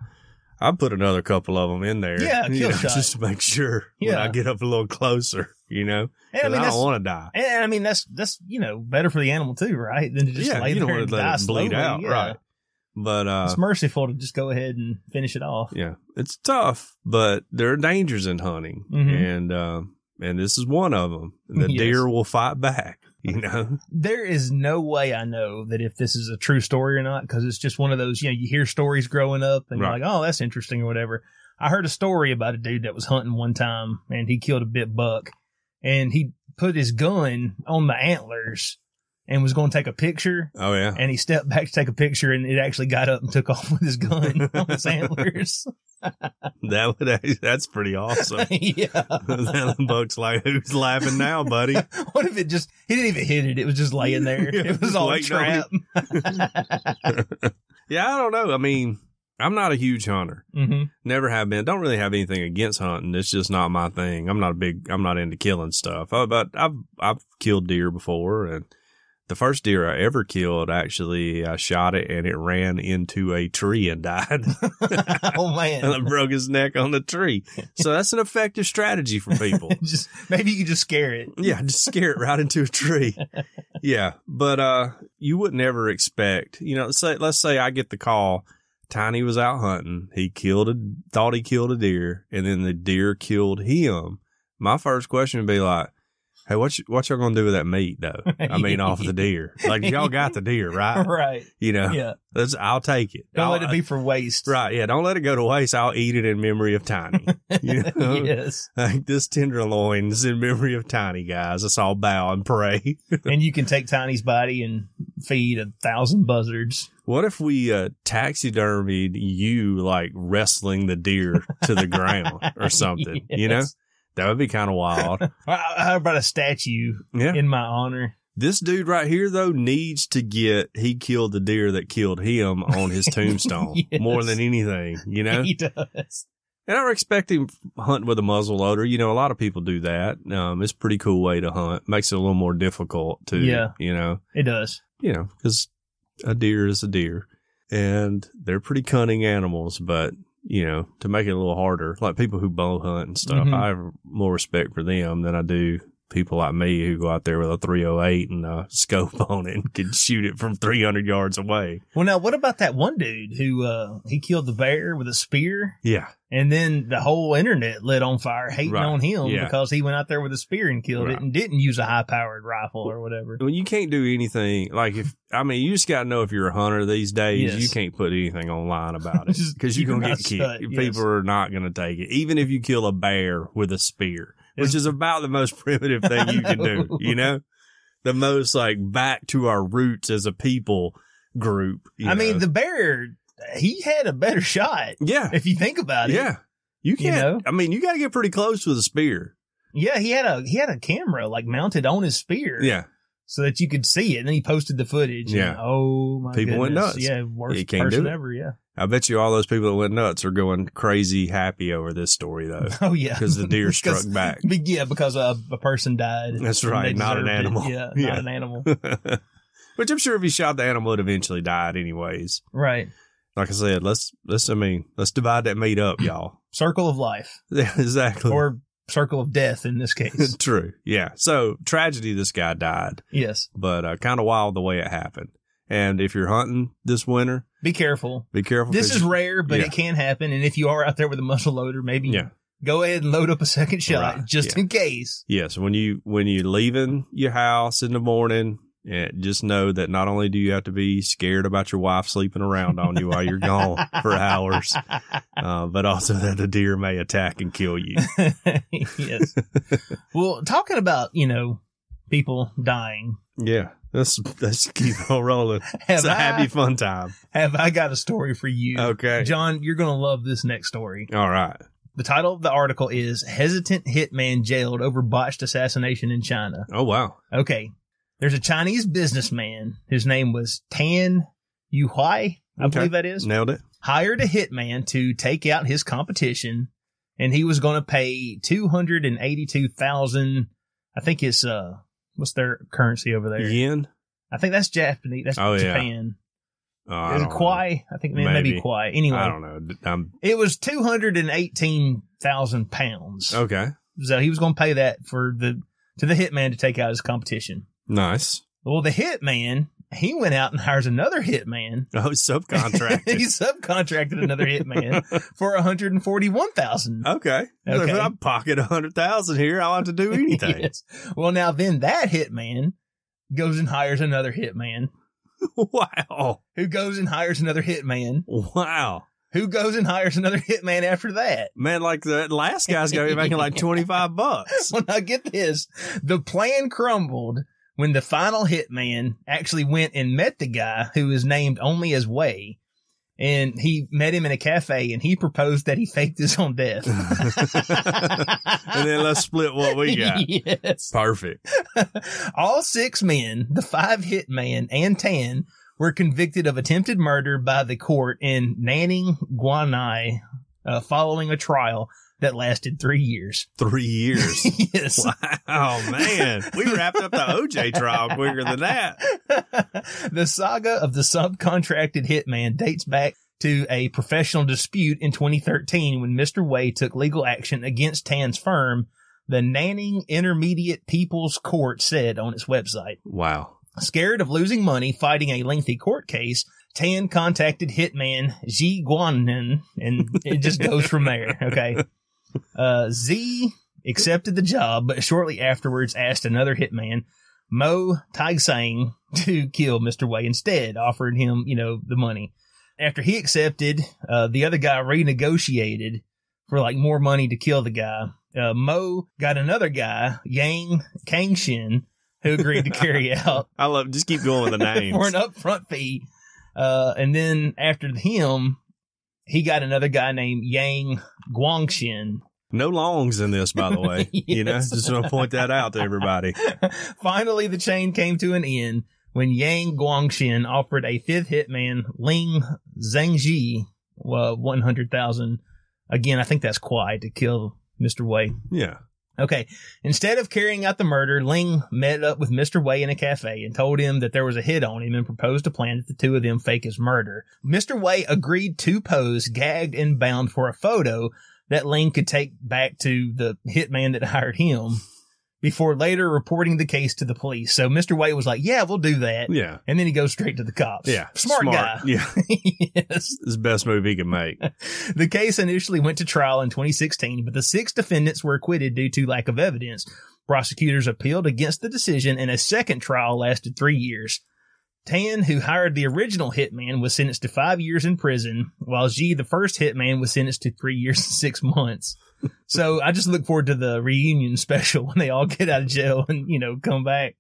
Speaker 3: I put another couple of them in there,
Speaker 2: Yeah, a
Speaker 3: you
Speaker 2: kill
Speaker 3: know,
Speaker 2: shot.
Speaker 3: just to make sure when
Speaker 2: Yeah.
Speaker 3: I get up a little closer, you know,
Speaker 2: and I
Speaker 3: 'Cause
Speaker 2: mean
Speaker 3: I,
Speaker 2: that's.
Speaker 3: don't want to die.
Speaker 2: and I mean that's that's you know better for the animal too, right? Than to just
Speaker 3: yeah,
Speaker 2: lay
Speaker 3: you
Speaker 2: there
Speaker 3: don't want
Speaker 2: and
Speaker 3: to
Speaker 2: die
Speaker 3: let it bleed
Speaker 2: slowly.
Speaker 3: out,
Speaker 2: Yeah.
Speaker 3: right? But uh,
Speaker 2: It's merciful to just go ahead and finish it off.
Speaker 3: yeah, it's tough, but there are dangers in hunting,
Speaker 2: Mhm.
Speaker 3: and uh, and this is one of them. The
Speaker 2: Yes.
Speaker 3: deer will fight back, you know.
Speaker 2: There is no way I know that if this is a true story or not because it's just one of those, you know, you hear stories growing up and
Speaker 3: Right.
Speaker 2: you're like, oh, that's interesting or whatever. I heard a story about a dude that was hunting one time and he killed a bit buck and he put his gun on the antlers and was going to take a picture
Speaker 3: Oh yeah,
Speaker 2: and he stepped back to take a picture and it actually got up and took off with his gun on his antlers.
Speaker 3: that would that's pretty awesome.
Speaker 2: yeah.
Speaker 3: the buck's like, who's laughing now, buddy?
Speaker 2: What if it just, he didn't even hit it. It was just laying there.
Speaker 3: Yeah,
Speaker 2: it was
Speaker 3: just
Speaker 2: all a
Speaker 3: waiting on
Speaker 2: trap.
Speaker 3: Yeah, I don't know. I mean, I'm not a huge hunter.
Speaker 2: hmm
Speaker 3: Never have been. Don't really have anything against hunting. It's just not my thing. I'm not a big. I'm not into killing stuff. I, but I've I've killed deer before, and the first deer I ever killed, actually, I shot it and it ran into a tree and died,
Speaker 2: oh, man.
Speaker 3: and I broke his neck on the tree. So that's an effective strategy for people.
Speaker 2: just maybe you could just scare it.
Speaker 3: Yeah, just scare it right into a tree. Yeah, but uh, you would never expect, you know, let's say let's say I get the call, Tiny was out hunting, he killed a thought he killed a deer, and then the deer killed him. My first question would be like, "Hey, what you, what y'all gonna do with that meat though? I mean, off the deer. Like y'all got the deer, right?
Speaker 2: Right.
Speaker 3: You know,
Speaker 2: Yeah.
Speaker 3: let's, I'll take it.
Speaker 2: Don't
Speaker 3: I'll- uh,
Speaker 2: let it be for waste.
Speaker 3: right. Yeah, don't let it go to waste. I'll eat it in memory of Tiny. You know,
Speaker 2: Yes.
Speaker 3: like this tenderloin's in memory of Tiny guys. Let's all bow and pray.
Speaker 2: and you can take Tiny's body and feed a thousand buzzards.
Speaker 3: What if we uh, taxidermied you like wrestling the deer to the ground or something? You know,
Speaker 2: Yes.
Speaker 3: that would be kind of wild.
Speaker 2: How how about a statue
Speaker 3: Yeah.
Speaker 2: in my honor?
Speaker 3: This dude right here though needs to get he killed the deer that killed him on his tombstone
Speaker 2: Yes.
Speaker 3: more than anything. You know,
Speaker 2: He does.
Speaker 3: And I respect him hunting with a muzzle loader. You know, a lot of people do that. Um, it's a pretty cool way to hunt. Makes it a little more difficult to,
Speaker 2: Yeah.
Speaker 3: you know,
Speaker 2: It does.
Speaker 3: you know, because a deer is a deer, and they're pretty cunning animals. But you know, to make it a little harder. Like people who bow hunt and stuff,
Speaker 2: Mhm.
Speaker 3: I have more respect for them than I do people like me who go out there with a 308 and a scope on it and can shoot it from 300 yards away.
Speaker 2: Well, now what about that one dude who uh he killed the bear with a spear,
Speaker 3: Yeah.
Speaker 2: and then the whole internet lit on fire hating
Speaker 3: Right.
Speaker 2: on him
Speaker 3: Yeah.
Speaker 2: because he went out there with a spear and killed
Speaker 3: Right.
Speaker 2: it and didn't use a high powered rifle or whatever.
Speaker 3: When you can't do anything, like if, I mean, you just got to know if you're a hunter these days,
Speaker 2: Yes.
Speaker 3: you can't put anything online about it
Speaker 2: Just
Speaker 3: because you're going to
Speaker 2: keep
Speaker 3: get
Speaker 2: your mouth
Speaker 3: kicked.
Speaker 2: shut,
Speaker 3: People
Speaker 2: yes.
Speaker 3: are not going to take it. Even if you kill a bear with a spear, which is about the most primitive thing you can do,
Speaker 2: know.
Speaker 3: you know? The most like back to our roots as a people group. you
Speaker 2: I mean,
Speaker 3: know?
Speaker 2: the bear he had a better shot
Speaker 3: yeah,
Speaker 2: if you think about it.
Speaker 3: yeah. You
Speaker 2: you
Speaker 3: can't,
Speaker 2: know?
Speaker 3: I mean, you got to get pretty close with a spear.
Speaker 2: yeah. He had a he had a camera like mounted on his spear,
Speaker 3: Yeah.
Speaker 2: so that you could see it. And then he posted the footage.
Speaker 3: Yeah.
Speaker 2: And, oh my
Speaker 3: People went
Speaker 2: goodness.
Speaker 3: nuts.
Speaker 2: Yeah, worst
Speaker 3: You can't do
Speaker 2: person
Speaker 3: it.
Speaker 2: ever. Yeah.
Speaker 3: I bet you all those people that went nuts are going crazy happy over this story though.
Speaker 2: Oh yeah,
Speaker 3: Because the deer
Speaker 2: Because-
Speaker 3: struck back.
Speaker 2: Be- Yeah, because a, a person died.
Speaker 3: That's
Speaker 2: and they
Speaker 3: right, not an
Speaker 2: deserved it.
Speaker 3: animal.
Speaker 2: Yeah,
Speaker 3: Yeah.
Speaker 2: not an animal.
Speaker 3: Which I'm sure if he shot the animal, it eventually died anyways.
Speaker 2: Right.
Speaker 3: Like I said, let's let's I mean let's divide that meat up, y'all.
Speaker 2: Circle of life
Speaker 3: Yeah, exactly.
Speaker 2: or circle of death in this case.
Speaker 3: true. Yeah. So tragedy, this guy died,
Speaker 2: yes.
Speaker 3: but uh, kind of wild the way it happened. And if you're hunting this winter,
Speaker 2: Be careful.
Speaker 3: be careful.
Speaker 2: This
Speaker 3: 'cause
Speaker 2: is rare, but
Speaker 3: yeah.
Speaker 2: it can happen. And if you are out there with a muzzle loader, maybe
Speaker 3: yeah.
Speaker 2: go ahead and load up a second shot
Speaker 3: Right,
Speaker 2: just
Speaker 3: yeah.
Speaker 2: in case.
Speaker 3: Yes, when you when you leaving your house in the morning, eh, just know that not only do you have to be scared about your wife sleeping around on you while you're gone for hours, uh, but also that the deer may attack and kill you.
Speaker 2: yes. well, talking about you know people dying.
Speaker 3: Yeah, let's let's keep on rolling.
Speaker 2: Have
Speaker 3: it's a
Speaker 2: I-
Speaker 3: happy fun time.
Speaker 2: Have I got a story for you?
Speaker 3: Okay,
Speaker 2: John, you're going to love this next story.
Speaker 3: all right.
Speaker 2: The title of the article is Hesitant Hitman Jailed Over Botched Assassination in China.
Speaker 3: Oh wow.
Speaker 2: Okay. There's a Chinese businessman. His name was Tan Yuhui, I
Speaker 3: Okay.
Speaker 2: believe that is.
Speaker 3: Nailed it.
Speaker 2: Hired a hitman to take out his competition, and he was going to pay 282000 I think it's, uh, what's their currency over there?
Speaker 3: Yin.
Speaker 2: I think that's Japanese. That's
Speaker 3: Oh, yeah.
Speaker 2: Japan.
Speaker 3: Oh, I
Speaker 2: Is it
Speaker 3: don't know.
Speaker 2: Kwai? I think maybe, maybe
Speaker 3: Maybe.
Speaker 2: Kwai. Anyway.
Speaker 3: I don't know. um, I'm
Speaker 2: It was two hundred and eighteen thousand pounds.
Speaker 3: okay.
Speaker 2: So he was going to pay that for the to the hitman to take out his competition.
Speaker 3: Nice.
Speaker 2: Well, the hitman he went out and hires another hitman. he
Speaker 3: Oh, subcontracted.
Speaker 2: subcontracted another hitman for one hundred and forty one thousand.
Speaker 3: okay.
Speaker 2: Okay.
Speaker 3: If I pocket a hundred thousand here, I don't have to do anything.
Speaker 2: Well, now then that hitman goes and hires another hitman
Speaker 3: Wow.
Speaker 2: who goes and hires another hitman
Speaker 3: Wow.
Speaker 2: who goes and hires another hitman after that.
Speaker 3: Man, like the last guy's gonna be making like twenty five bucks.
Speaker 2: Well, now get this. The plan crumbled when the final hitman actually went and met the guy who is named only as Way. And he met him in a cafe and he proposed that he faked his own death.
Speaker 3: And then let's split what we got.
Speaker 2: yes.
Speaker 3: Perfect.
Speaker 2: All six men, the five hitman and Tan, were convicted of attempted murder by the court in Nanning, Guanai, uh, following a trial that lasted three years.
Speaker 3: Three years.
Speaker 2: yes.
Speaker 3: Wow, man. We wrapped up the OJ trial quicker than that.
Speaker 2: the saga of the subcontracted hitman dates back to a professional dispute in 2013 when Mr. Way took legal action against Tan's firm, the Nanning Intermediate People's Court said on its website.
Speaker 3: Wow.
Speaker 2: Scared of losing money fighting a lengthy court case, Tan contacted hitman Xi Guanin, and it just goes from there. Okay. Uh, Z accepted the job, but shortly afterwards asked another hitman, Mo Taisang, to kill Mr. Wei instead, offering him, you know, the money. After he accepted, uh, the other guy renegotiated for like more money to kill the guy. Uh, Mo got another guy, Yang Kangshin, who agreed to carry out
Speaker 3: I love just keep going with the names.
Speaker 2: for an upfront fee. Uh, and then after him, he got another guy named Yang Guangshin.
Speaker 3: No longs in this, by the way. You know,
Speaker 2: Yes.
Speaker 3: just want to point that out to everybody.
Speaker 2: Finally, the chain came to an end when Yang Guangshin offered a fifth hitman, Ling Zhangji, uh, 100,000. Again, I think that's Kwai to kill Mr. Wei.
Speaker 3: Yeah.
Speaker 2: Okay. Instead of carrying out the murder, Ling met up with Mr. Wei in a cafe and told him that there was a hit on him and proposed a plan that the two of them fake his murder. Mr. Wei agreed to pose gagged and bound for a photo that Ling could take back to the hitman that hired him before later reporting the case to the police. So Mr. Wei was like, yeah, we'll do that.
Speaker 3: Yeah.
Speaker 2: And then he goes straight to the cops.
Speaker 3: Yeah.
Speaker 2: Smart, guy.
Speaker 3: Yeah.
Speaker 2: yes.
Speaker 3: It's the best move he could make.
Speaker 2: The case initially went to trial in 2016, but the six defendants were acquitted due to lack of evidence. Prosecutors appealed against the decision, and a second trial lasted three years. Tan, who hired the original hitman, was sentenced to five years in prison, while Ji, the first hitman, was sentenced to three years and six months. So I just look forward to the reunion special when they all get out of jail and, you know, come back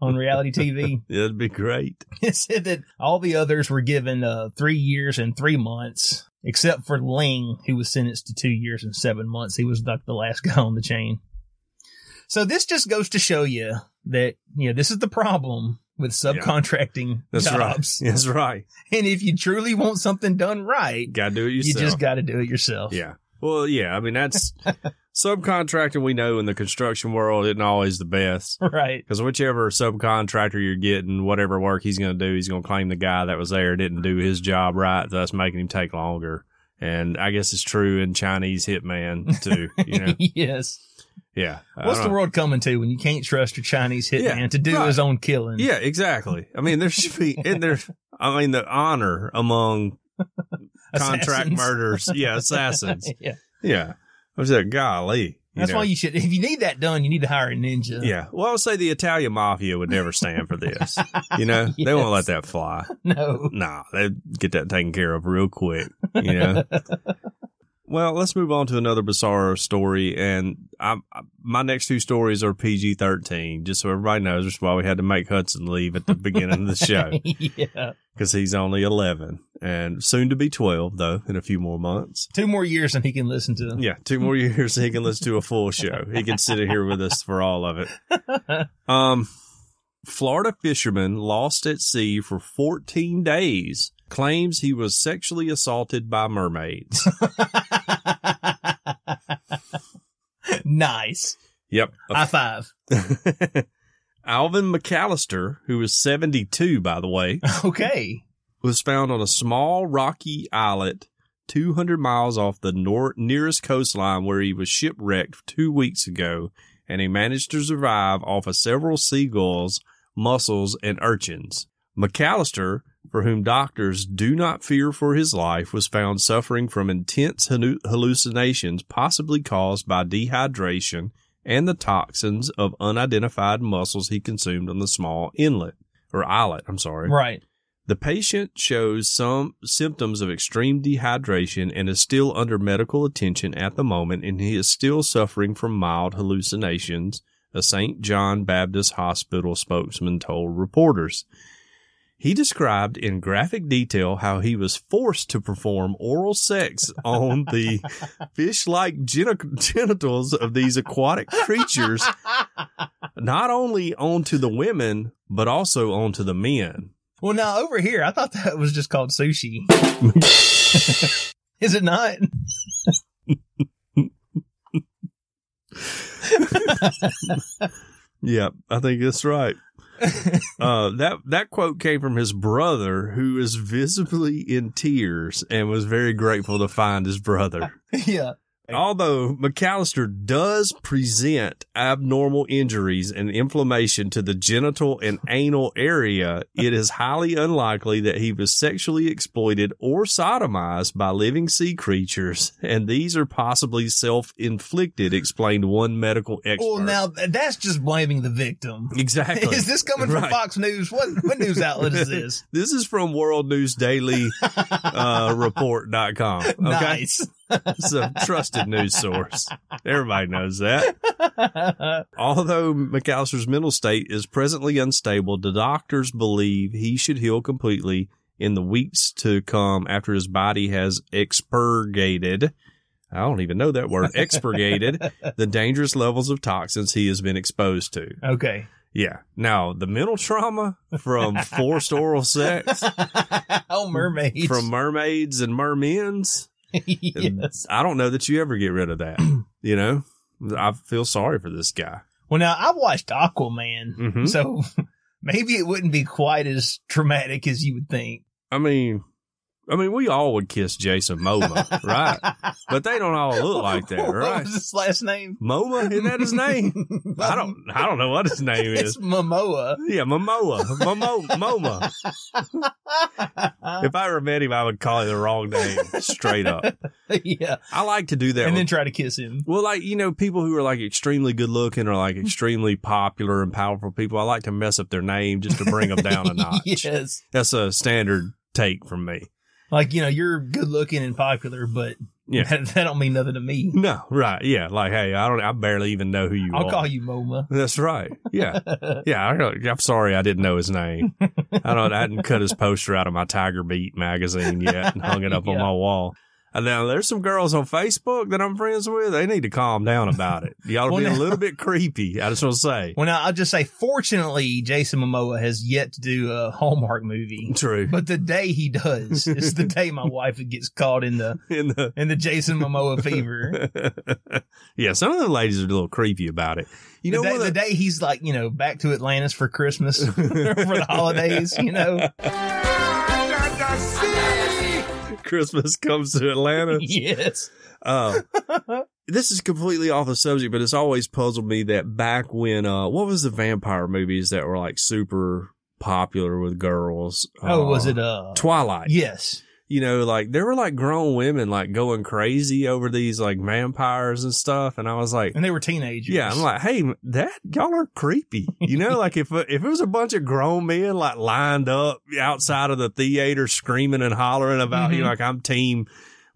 Speaker 2: on reality TV.
Speaker 3: That'd be great.
Speaker 2: It said that all the others were given uh, three years and three months, except for Ling, who was sentenced to two years and seven months. He was like the last guy on the chain. So this just goes to show you that you know this is the problem with subcontracting
Speaker 3: That's
Speaker 2: jobs.
Speaker 3: right. That's right.
Speaker 2: And if you truly want something done right,
Speaker 3: Got to do it
Speaker 2: you
Speaker 3: yourself.
Speaker 2: just got to do it yourself.
Speaker 3: Yeah. Well, yeah. I mean, that's subcontracting. We know in the construction world isn't always the best
Speaker 2: Right.
Speaker 3: because whichever subcontractor you're getting, whatever work he's going to do, he's going to claim the guy that was there didn't do his job right, thus making him take longer. And I guess it's true in Chinese hitman too. You know,
Speaker 2: yes.
Speaker 3: yeah. I
Speaker 2: What's
Speaker 3: don't
Speaker 2: the
Speaker 3: know.
Speaker 2: world coming to when you can't trust your Chinese hitman
Speaker 3: Yeah,
Speaker 2: to do
Speaker 3: right.
Speaker 2: his own killing?
Speaker 3: Yeah, exactly. I mean, there should be, and there. I mean, the honor among contract
Speaker 2: Assassins.
Speaker 3: murders. Yeah, assassins.
Speaker 2: yeah.
Speaker 3: Yeah. I was like, golly. you
Speaker 2: That's
Speaker 3: know.
Speaker 2: why you should. If you need that done, you need to hire a ninja.
Speaker 3: Yeah. Well, I'll say the Italian mafia would never stand for this. You know, they won't let that fly.
Speaker 2: No.
Speaker 3: Nah, they get that taken care of real quick. You know. well, let's move on to another bizarre story, and I, I- my next two stories are PG thirteen. Just so everybody knows, which is why we had to make Hudson leave at the beginning of the show
Speaker 2: yeah.
Speaker 3: because he's only eleven and soon to be twelve, though, in a few more months.
Speaker 2: Two more years and he can listen to them.
Speaker 3: Yeah, two more years he can listen to a full show. He can sit in here with us for all of it. Um, Florida fisherman lost at sea for 14 days claims he was sexually assaulted by mermaids.
Speaker 2: nice.
Speaker 3: yep.
Speaker 2: High five.
Speaker 3: Alvin McAllister, who is 72 by the way,
Speaker 2: Okay.
Speaker 3: was found on a small rocky islet 200 miles off the nor- nearest coastline where he was shipwrecked two weeks ago, and he managed to survive off of several seagulls, mussels, and urchins. McAllister, for whom doctors do not fear for his life, was found suffering from intense hallu- hallucinations possibly caused by dehydration and the toxins of unidentified mussels he consumed on the small inlet or islet, I'm sorry.
Speaker 2: Right.
Speaker 3: The patient shows some symptoms of extreme dehydration and is still under medical attention at the moment, and he is still suffering from mild hallucinations, a St. John Baptist Hospital spokesman told reporters. He described in graphic detail how he was forced to perform oral sex on the fish like genitals of these aquatic creatures, not only onto the women, but also onto the men.
Speaker 2: Well, now over here, I thought that was just called sushi. Is it not?
Speaker 3: Yeah, I think that's right. uh, that that quote came from his brother, who is visibly in tears and was very grateful to find his brother.
Speaker 2: yeah.
Speaker 3: Although McAllister does present abnormal injuries and inflammation to the genital and anal area, it is highly unlikely that he was sexually exploited or sodomized by living sea creatures, and these are possibly self-inflicted, explained one medical expert.
Speaker 2: Well, now that's just blaming the victim.
Speaker 3: exactly.
Speaker 2: Is this coming from
Speaker 3: Right.
Speaker 2: Fox News? What what news outlet is this?
Speaker 3: This is from World News Daily uh, Report.com. Okay.
Speaker 2: Nice.
Speaker 3: It's a trusted news source. Everybody knows that. Although McAllister's mental state is presently unstable, the doctors believe he should heal completely in the weeks to come after his body has expurgated. I don't even know that word. Expurgated the dangerous levels of toxins he has been exposed to.
Speaker 2: Okay.
Speaker 3: Yeah. Now, the mental trauma from forced oral sex
Speaker 2: oh, mermaids.
Speaker 3: from mermaids and mermens.
Speaker 2: yes.
Speaker 3: I don't know that you ever get rid of that. You know, I feel sorry for this guy.
Speaker 2: Well, now I watched Aquaman,
Speaker 3: Mhm.
Speaker 2: so maybe it wouldn't be quite as traumatic as you would think.
Speaker 3: I mean, I mean, we all would kiss Jason Momoa, right? But they don't all look like that,
Speaker 2: What
Speaker 3: right?
Speaker 2: was his last name?
Speaker 3: Momoa, isn't that his name? I don't, I don't know what his name
Speaker 2: It's
Speaker 3: is.
Speaker 2: Momoa.
Speaker 3: Yeah, Momoa, Momo, Moma. If I ever met him, I would call him the wrong name, straight up.
Speaker 2: yeah,
Speaker 3: I like to do that.
Speaker 2: and
Speaker 3: with-
Speaker 2: then try to kiss him.
Speaker 3: well, like you know, people who are like extremely good looking or like extremely popular and powerful people, I like to mess up their name just to bring them down a notch.
Speaker 2: yes,
Speaker 3: That's a standard take from me.
Speaker 2: like you know, you're good looking and popular, but
Speaker 3: Yeah.
Speaker 2: that, that don't mean nothing to me.
Speaker 3: No, right? Yeah, like hey, I don't, I barely even know who you
Speaker 2: I'll
Speaker 3: are.
Speaker 2: call you Moma.
Speaker 3: That's right. Yeah. Yeah. I, I'm sorry I didn't know his name. I don't. I hadn't cut his poster out of my Tiger Beat magazine yet and hung it up on
Speaker 2: Yeah.
Speaker 3: my wall. And now there's some girls on Facebook that I'm friends with. They need to calm down about it. Y'all
Speaker 2: Well,
Speaker 3: be a
Speaker 2: now-
Speaker 3: little bit creepy. I just want to say.
Speaker 2: Well, now I'll just say, fortunately, Jason Momoa has yet to do a Hallmark movie.
Speaker 3: True.
Speaker 2: But the day he does, it's the day my wife gets caught in the
Speaker 3: In the
Speaker 2: in the Jason Momoa fever.
Speaker 3: yeah, some of the ladies are a little creepy about it. You know,
Speaker 2: the, day,
Speaker 3: one of
Speaker 2: the day he's like, you know, back to Atlantis for Christmas for the holidays, you know.
Speaker 3: the- Christmas comes to Atlanta.
Speaker 2: yes.
Speaker 3: Uh, this is completely off the subject, but it's always puzzled me that back when uh, what was the vampire movies that were like super popular with girls?
Speaker 2: Oh, was
Speaker 3: Uh,
Speaker 2: it uh
Speaker 3: Twilight?
Speaker 2: Yes.
Speaker 3: You know, like there were like grown women like going crazy over these like vampires and stuff, and I was like.
Speaker 2: And they were teenagers.
Speaker 3: Yeah, I'm like, hey, that y'all are creepy. You know, like if uh, if it was a bunch of grown men like lined up outside of the theater screaming and hollering about,
Speaker 2: Mm-hmm.
Speaker 3: you know, like I'm team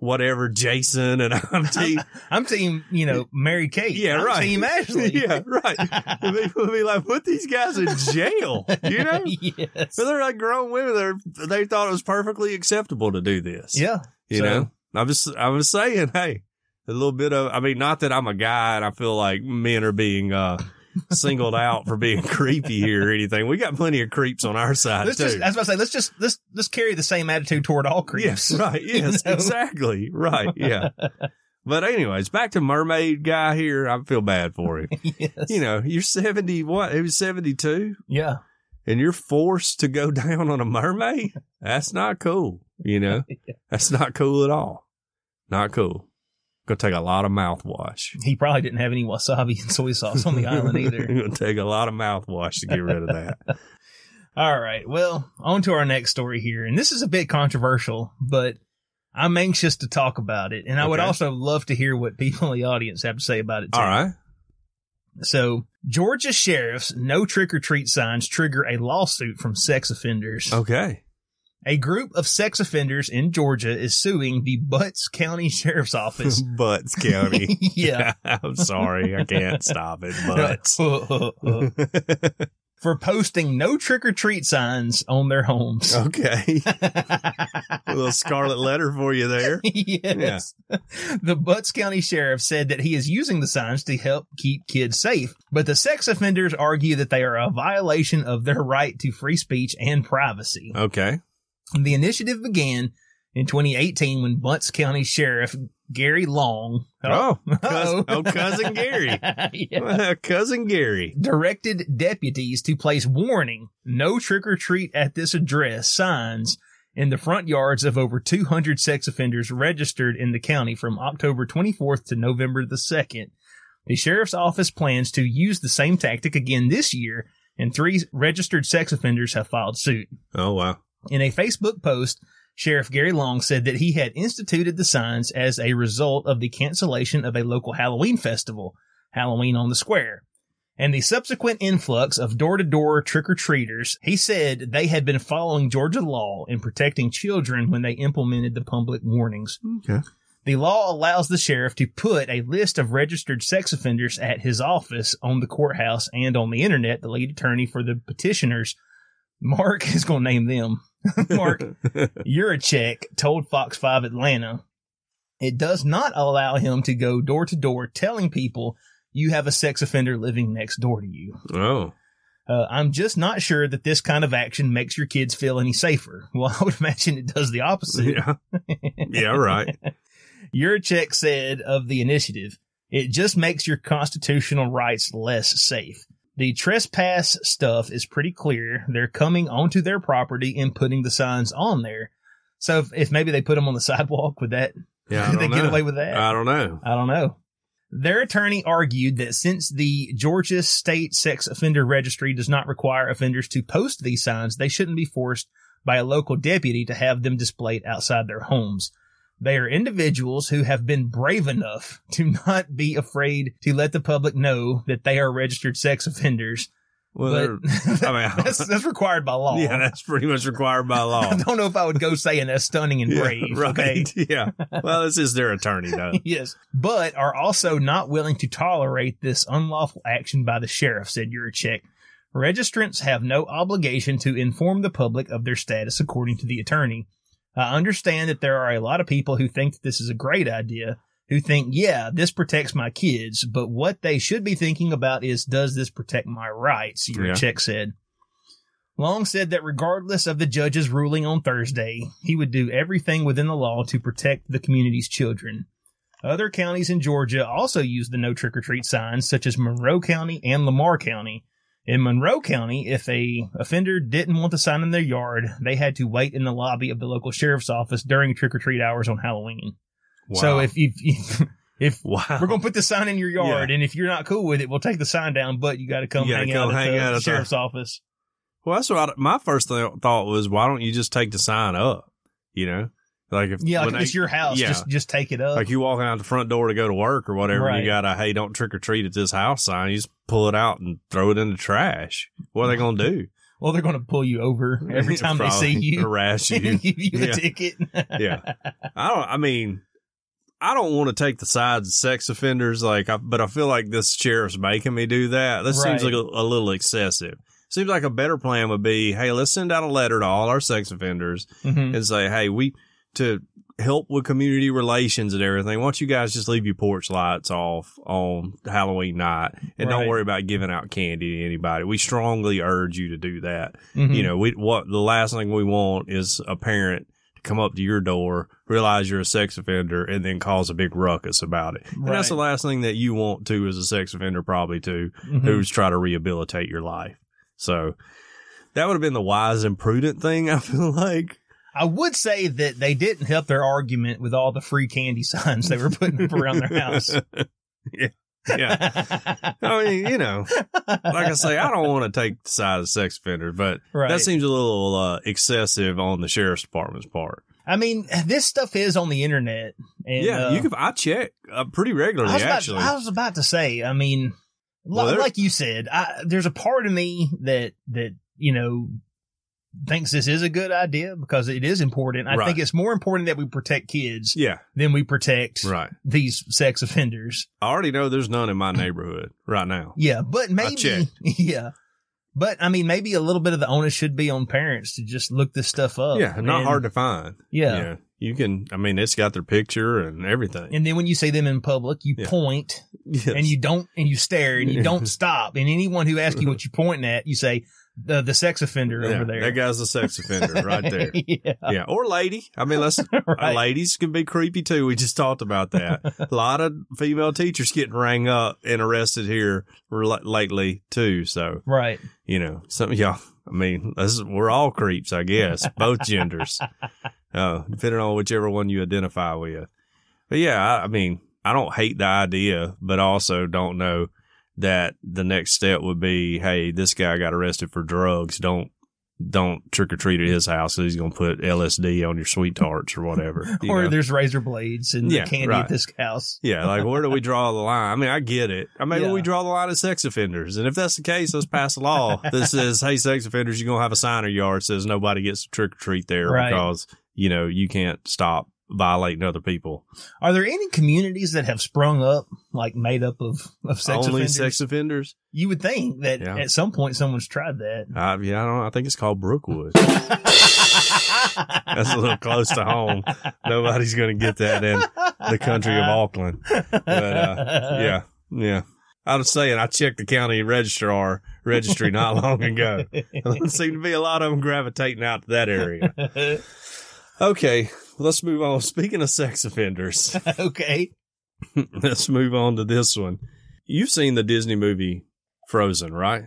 Speaker 3: whatever Jason and I'm team
Speaker 2: I'm team, you know, Mary Kate.
Speaker 3: yeah,
Speaker 2: I'm
Speaker 3: right.
Speaker 2: Team Ashley.
Speaker 3: yeah, right. And people would be like, put these guys in jail. You know?
Speaker 2: yes.
Speaker 3: But they're like grown women. They're, they thought it was perfectly acceptable to do this.
Speaker 2: Yeah.
Speaker 3: You
Speaker 2: So-
Speaker 3: know? I'm just, I'm just saying, hey, a little bit of, I mean, not that I'm a guy and I feel like men are being, uh, singled out for being creepy here or anything. We got plenty of creeps on our side,
Speaker 2: Let's
Speaker 3: too.
Speaker 2: just, I was about to say, let's just let's let's carry the same attitude toward all creeps.
Speaker 3: Yes, right. Yes,
Speaker 2: know?
Speaker 3: exactly. Right. Yeah. but anyways, back to mermaid guy here. I feel bad for him.
Speaker 2: Yes.
Speaker 3: You know, you're 70 what? He was 72
Speaker 2: Yeah.
Speaker 3: and you're forced to go down on a mermaid? That's not cool, you know? That's not cool at all. Not cool. Gonna take a lot of mouthwash.
Speaker 2: He probably didn't have any wasabi and soy sauce on the island either.
Speaker 3: Gonna take a lot of mouthwash to get rid of that.
Speaker 2: All right. Well, on to our next story here. And this is a bit controversial, but I'm anxious to talk about it. And I would
Speaker 3: Okay.
Speaker 2: also love to hear what people in the audience have to say about it. Too.
Speaker 3: All right.
Speaker 2: So, Georgia sheriff's no trick or treat signs trigger a lawsuit from sex offenders.
Speaker 3: Okay.
Speaker 2: A group of sex offenders in Georgia is suing the Butts County Sheriff's Office.
Speaker 3: Butts County.
Speaker 2: yeah.
Speaker 3: I'm sorry. I can't stop it. Butts.
Speaker 2: For posting no trick or treat signs on their homes.
Speaker 3: Okay. Oh. a little scarlet letter for you there.
Speaker 2: yes. The Butts County Sheriff said that he is using the signs to help keep kids safe, but the sex offenders argue that they are a violation of their right to free speech and privacy.
Speaker 3: Okay.
Speaker 2: The initiative began in 2018 when Butts County Sheriff Gary Long
Speaker 3: Oh, cousin,
Speaker 2: Uh-oh.
Speaker 3: oh, cousin Gary.
Speaker 2: Yeah.
Speaker 3: cousin Gary.
Speaker 2: directed deputies to place warning no trick or treat at this address signs in the front yards of over 200 sex offenders registered in the county from October 24th to November the 2nd. The sheriff's office plans to use the same tactic again this year, and three registered sex offenders have filed suit.
Speaker 3: Oh, wow.
Speaker 2: In a Facebook post, Sheriff Gary Long said that he had instituted the signs as a result of the cancellation of a local Halloween festival, Halloween on the Square, and the subsequent influx of door to door trick or treaters. He said they had been following Georgia law in protecting children when they implemented the public warnings.
Speaker 3: Okay.
Speaker 2: The law allows the sheriff to put a list of registered sex offenders at his office on the courthouse and on the internet. The lead attorney for the petitioners, Mark, is going to name them. Mark Urachek told Fox 5 Atlanta, it does not allow him to go door to door telling people you have a sex offender living next door to you.
Speaker 3: Oh.
Speaker 2: Uh, I'm just not sure that this kind of action makes your kids feel any safer. Well, I would imagine it does the opposite.
Speaker 3: Yeah. Yeah, right.
Speaker 2: Yurchek said of the initiative, It just makes your constitutional rights less safe. The trespass stuff is pretty clear. They're coming onto their property and putting the signs on there. So if, if maybe they put them on the sidewalk, would that
Speaker 3: Yeah, I
Speaker 2: did
Speaker 3: don't
Speaker 2: they get
Speaker 3: know. Uh,
Speaker 2: away with that?
Speaker 3: I don't know.
Speaker 2: I don't know. Their attorney argued that since the Georgia state sex offender registry does not require offenders to post these signs, they shouldn't be forced by a local deputy to have them displayed outside their homes. They are individuals who have been brave enough to not be afraid to let the public know that they are registered sex offenders.
Speaker 3: Well,
Speaker 2: but
Speaker 3: they're- I mean,
Speaker 2: that's, that's required by law.
Speaker 3: yeah, that's pretty much required by law.
Speaker 2: I don't know if I would go saying that's stunning and
Speaker 3: Yeah,
Speaker 2: brave. okay?
Speaker 3: right? Yeah. Well, this is their attorney though.
Speaker 2: yes, but are also not willing to tolerate this unlawful action by the sheriff, said Yurichek. Registrants have no obligation to inform the public of their status, according to the attorney. I understand that there are a lot of people who think that this is a great idea, who think, yeah, this protects my kids, but what they should be thinking about is, does this protect my rights? Yurichek said. Long said that regardless of the judge's ruling on Thursday, he would do everything within the law to protect the community's children. Other counties in Georgia also use the no trick or treat signs, such as Monroe County and Lamar County. In Monroe County, if a offender didn't want the sign in their yard, they had to wait in the lobby of the local sheriff's office during trick or treat hours on Halloween. So
Speaker 3: Wow.
Speaker 2: if if, if, if
Speaker 3: wow,
Speaker 2: we're gonna put the sign in your yard, and if you're not cool with it, we'll take the sign down, but you got to come
Speaker 3: You gotta
Speaker 2: hang
Speaker 3: come
Speaker 2: out at
Speaker 3: hang
Speaker 2: the
Speaker 3: out at the-
Speaker 2: sheriff's office.
Speaker 3: Well, that's what I, my first th- thought was. Why don't you just take the sign up? You know, like if
Speaker 2: Yeah, like
Speaker 3: when
Speaker 2: if it's
Speaker 3: they-
Speaker 2: your house,
Speaker 3: yeah.
Speaker 2: just just take it up.
Speaker 3: like you walking out the front door to go to work or whatever. and
Speaker 2: Right.
Speaker 3: You got a hey, don't trick or treat at this house sign. You just pull it out and throw it in the trash. What are they gonna do
Speaker 2: well, they're gonna pull you over every time they see
Speaker 3: Probably
Speaker 2: you.
Speaker 3: Harass you.
Speaker 2: give you a
Speaker 3: Yeah.
Speaker 2: ticket.
Speaker 3: yeah. I don't. I mean, I don't want to take the sides of sex offenders. Like, I, but I feel like this sheriff's making me do that. That seems
Speaker 2: Right.
Speaker 3: like a, a little excessive. Seems like a better plan would be, hey, let's send out a letter to all our sex offenders
Speaker 2: Mhm.
Speaker 3: and say, hey, we to help with community relations and everything. Why don't you guys just leave your porch lights off on Halloween night and
Speaker 2: Right.
Speaker 3: don't worry about giving out candy to anybody. We strongly urge you to do that
Speaker 2: Mhm.
Speaker 3: you know we what the last thing we want is a parent to come up to your door realize you're a sex offender and then cause a big ruckus about it and that's
Speaker 2: Right.
Speaker 3: the last thing that you want to as a sex offender probably to
Speaker 2: Mhm.
Speaker 3: who's trying to rehabilitate your life so that would have been the wise and prudent thing i feel like
Speaker 2: I would say that they didn't help their argument with all the free candy signs they were putting up around their house.
Speaker 3: yeah i mean you know like i say i don't want to take the side of sex offenders but
Speaker 2: right.
Speaker 3: that seems a little uh, excessive on the sheriff's department's part
Speaker 2: I mean, this stuff is on the internet. And,
Speaker 3: yeah
Speaker 2: uh,
Speaker 3: you can i check uh, pretty regularly
Speaker 2: I was,
Speaker 3: actually
Speaker 2: About, I was about to say, I mean, li-
Speaker 3: Well, there-
Speaker 2: like you said, I, there's a part of me that, that, you know, thinks this is a good idea because it is important. I
Speaker 3: Right.
Speaker 2: think it's more important that we protect kids
Speaker 3: yeah
Speaker 2: than we protect
Speaker 3: Right.
Speaker 2: these sex offenders.
Speaker 3: I already know there's none in my neighborhood right now.
Speaker 2: Yeah, but maybe
Speaker 3: checked.
Speaker 2: yeah. But I mean, maybe a little bit of the onus should be on parents to just look this stuff up.
Speaker 3: yeah, not
Speaker 2: And-
Speaker 3: hard to find.
Speaker 2: Oh, Yeah.
Speaker 3: You can, I mean, it's got their picture and everything.
Speaker 2: And then when you see them in public, you
Speaker 3: Yeah.
Speaker 2: point
Speaker 3: Yes.
Speaker 2: and you don't and you stare and you
Speaker 3: Yeah.
Speaker 2: don't stop. And anyone who asks you what you're pointing at, you say the the sex offender
Speaker 3: Yeah,
Speaker 2: over there.
Speaker 3: That guy's a sex offender right there.
Speaker 2: yeah,
Speaker 3: Yeah. Or lady. I mean, let's, uh,
Speaker 2: right.
Speaker 3: ladies can be creepy too. We just talked about that. a lot of female teachers getting rang up and arrested here rel- lately too. So,
Speaker 2: right.
Speaker 3: you know, some of y'all, I mean, this is, we're all creeps, I guess, both genders, uh, depending on whichever one you identify with. But yeah, I, I mean, I don't hate the idea, but also don't know that the next step would be, hey, this guy got arrested for drugs. Don't don't trick or treat at his house. 'cause He's gonna put LSD on your sweet tarts or whatever. you
Speaker 2: Or
Speaker 3: know?
Speaker 2: there's razor blades and
Speaker 3: Yeah,
Speaker 2: candy at
Speaker 3: right.
Speaker 2: this house.
Speaker 3: Yeah, like where do we draw the line? I mean, I get it. I mean,
Speaker 2: Yeah.
Speaker 3: we draw the line at sex offenders, and if that's the case, let's pass a law that says, "Hey, sex offenders, you're gonna have a sign in your yard that says nobody gets to trick or treat there
Speaker 2: Right.
Speaker 3: because you know you can't stop violating other people.
Speaker 2: Are there any communities that have sprung up like made up of of sex
Speaker 3: Only
Speaker 2: offenders?
Speaker 3: sex offenders.
Speaker 2: you would think that
Speaker 3: Yeah.
Speaker 2: at some point someone's tried that.
Speaker 3: I, yeah, I don't. I think it's called Brookwood.
Speaker 2: That's
Speaker 3: That's a little close to home. Nobody's gonna get that in the country of Auckland.
Speaker 2: But, Uh-huh.
Speaker 3: uh, Yeah, yeah. I was saying I checked the county registrar registry not long ago. There seem to be a lot of them gravitating out to that area. Okay, let's move on. Speaking of sex offenders,
Speaker 2: okay.
Speaker 3: Let's move on to this one. You've seen the Disney movie Frozen, right?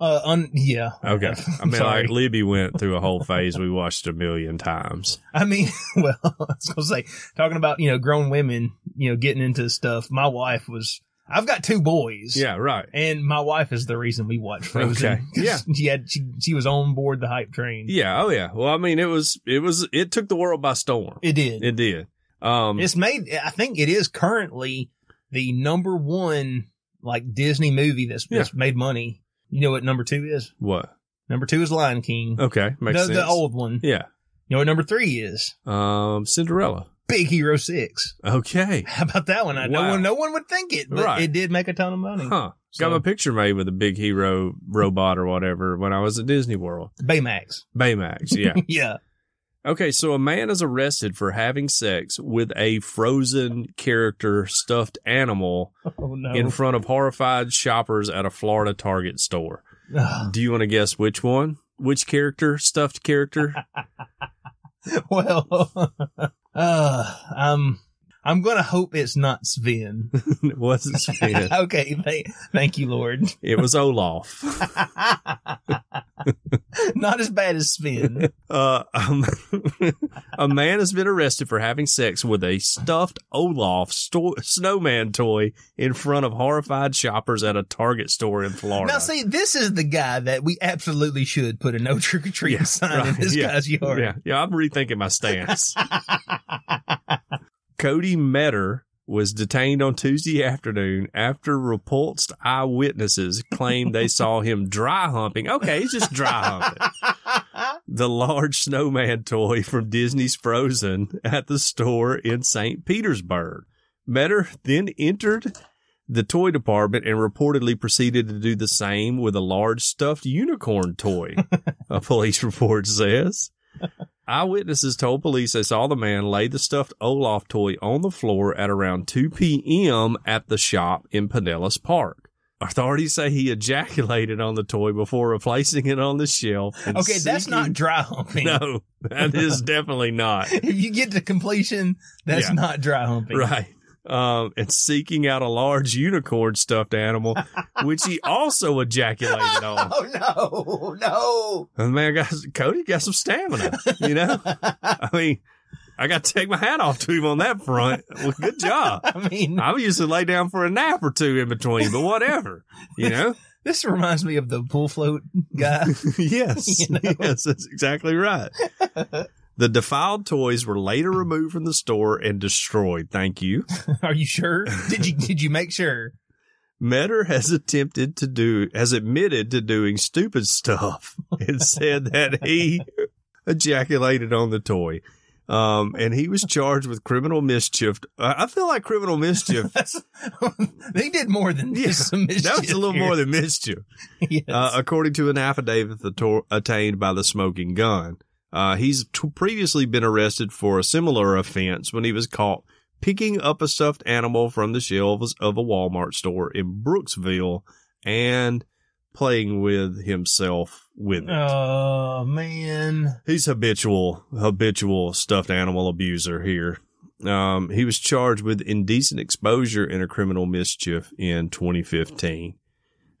Speaker 2: Uh, un- yeah.
Speaker 3: Okay. I mean,
Speaker 2: Sorry.
Speaker 3: like Libby went through a whole phase we watched a million times.
Speaker 2: I mean, well, I was gonna say, talking about you know grown women, you know, getting into stuff. My wife was. I've got two boys.
Speaker 3: Yeah, right.
Speaker 2: And my wife is the reason we watch Frozen.
Speaker 3: Okay.
Speaker 2: 'Cause
Speaker 3: Yeah.
Speaker 2: She had she, she was on board the hype train.
Speaker 3: Yeah. Oh, yeah. Well, I mean, it was, it was, it took the world by storm.
Speaker 2: It did.
Speaker 3: It did. Um,
Speaker 2: it's made I think it is currently the number one like Disney movie that's, that's made money. You know what number two is?
Speaker 3: what?
Speaker 2: Number two is Lion King.
Speaker 3: Okay. Oh, Makes
Speaker 2: the,
Speaker 3: sense.
Speaker 2: the old one.
Speaker 3: Yeah.
Speaker 2: You know what number three is?
Speaker 3: Um, Cinderella.
Speaker 2: Big Hero Six.
Speaker 3: Okay.
Speaker 2: How about that one? I no
Speaker 3: Wow.
Speaker 2: one no one would think it, but
Speaker 3: Right.
Speaker 2: it did make a ton of money.
Speaker 3: Huh.
Speaker 2: So-
Speaker 3: Got my picture made with a big hero robot or whatever when I was at Disney World.
Speaker 2: Baymax.
Speaker 3: Baymax. Yeah.
Speaker 2: yeah.
Speaker 3: Okay, so a man is arrested for having sex with a frozen character stuffed animal
Speaker 2: Oh no.
Speaker 3: in front of horrified shoppers at a Florida Target store.
Speaker 2: Ugh.
Speaker 3: Do you want to guess which one? Which character? Stuffed character?
Speaker 2: well uh, um I'm gonna hope it's not Sven.
Speaker 3: it wasn't Sven.
Speaker 2: okay, thank, thank you, Lord.
Speaker 3: It was Olaf.
Speaker 2: Not as bad as Sven.
Speaker 3: Uh, um, a man has been arrested for having sex with a stuffed Olaf sto- snowman toy in front of horrified shoppers at a Target store in Florida.
Speaker 2: Now, see, this is the guy that we absolutely should put a no trick or treat
Speaker 3: Yeah,
Speaker 2: sign in
Speaker 3: right,
Speaker 2: this
Speaker 3: yeah,
Speaker 2: guy's yard.
Speaker 3: Yeah, yeah, I'm rethinking my stance. Cody Metter was detained on Tuesday afternoon after repulsed eyewitnesses claimed they saw him dry humping. Okay, he's just dry humping. The large snowman toy from Disney's Frozen at the store in St. Petersburg. Metter then entered the toy department and reportedly proceeded to do the same with a large stuffed unicorn toy, a police report says. Eyewitnesses told police they saw the man lay the stuffed Olaf toy on the floor at around 2 p.m. at the shop in Pinellas Park. Authorities say he ejaculated on the toy before replacing it on the shelf. and
Speaker 2: Okay, that's not
Speaker 3: seeking-
Speaker 2: dry humping.
Speaker 3: No, that is definitely not.
Speaker 2: If you get to completion, that's
Speaker 3: Yeah.
Speaker 2: not dry humping.
Speaker 3: Right. Um, and seeking out a large unicorn stuffed animal, which he also ejaculated on.
Speaker 2: Oh, no,
Speaker 3: And the man got Cody got some stamina, you know? I mean, I got to take my hat off to him on that front. Well, good job.
Speaker 2: no. I mean,
Speaker 3: I used to lay down for a nap or two in between, but whatever, you know?
Speaker 2: this reminds me of the pool float guy.
Speaker 3: yes. Yes, that's exactly right. The defiled toys were later removed from the store and destroyed. Thank you.
Speaker 2: Are you sure? Did you did you make sure?
Speaker 3: Metter has attempted to do, has admitted to doing stupid stuff and said that he ejaculated on the toy. Um, and he was charged with criminal mischief. I I feel like criminal mischief.
Speaker 2: That's, they did more than
Speaker 3: Yeah,
Speaker 2: just some
Speaker 3: That was a little more than mischief.
Speaker 2: yes.
Speaker 3: Uh, according to an affidavit ato- attained by the smoking gun. Uh, he's t- previously been arrested for a similar offense when he was caught picking up a stuffed animal from the shelves of a Walmart store in Brooksville and playing with himself with it.
Speaker 2: Oh man.
Speaker 3: He's habitual, habitual stuffed animal abuser here. Um, he was charged with indecent exposure and a criminal mischief in 2015.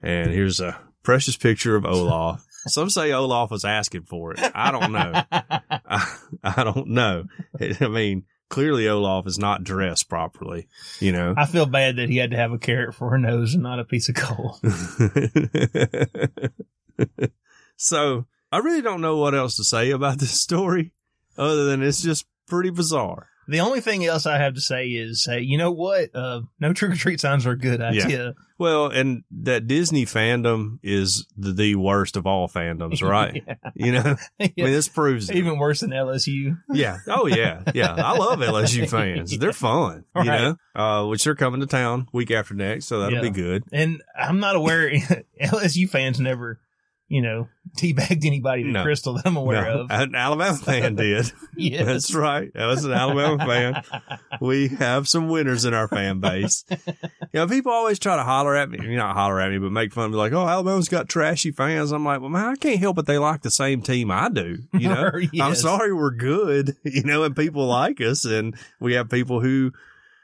Speaker 3: And here's a precious picture of Olaf. Some say Olaf was asking for it. I don't know. I, I don't know. I mean, clearly Olaf is not dressed properly, you know.
Speaker 2: I feel bad that he had to have a carrot for her nose and not a piece of coal.
Speaker 3: so I really don't know what else to say about this story other than it's just pretty bizarre.
Speaker 2: the only thing else I have to say is, hey, you know what? Uh, no trick or treat signs are a good idea.
Speaker 3: Well, and that Disney fandom is the, the worst of all fandoms, right? You know, I mean, this proves it.
Speaker 2: Even worse than LSU.
Speaker 3: yeah. Oh, yeah. Yeah. I love LSU fans. They're fun, you
Speaker 2: Right.
Speaker 3: know, uh, which they're coming to town week after next. So that'll
Speaker 2: Yeah.
Speaker 3: be good.
Speaker 2: And I'm not aware, LSU fans never, you know, teabagged anybody to
Speaker 3: No.
Speaker 2: Crystal that I'm aware
Speaker 3: No,
Speaker 2: of.
Speaker 3: an Alabama fan did.
Speaker 2: yes.
Speaker 3: That's right. That was an Alabama fan. We have some winners in our fan base. You know, people always try to holler at me, you know, not holler at me, but make fun of me like, oh, Alabama's got trashy fans. I'm like, well, man, I can't help but they like the same team I do. You know,
Speaker 2: Yes.
Speaker 3: I'm sorry we're good, you know, and people like us. And we have people who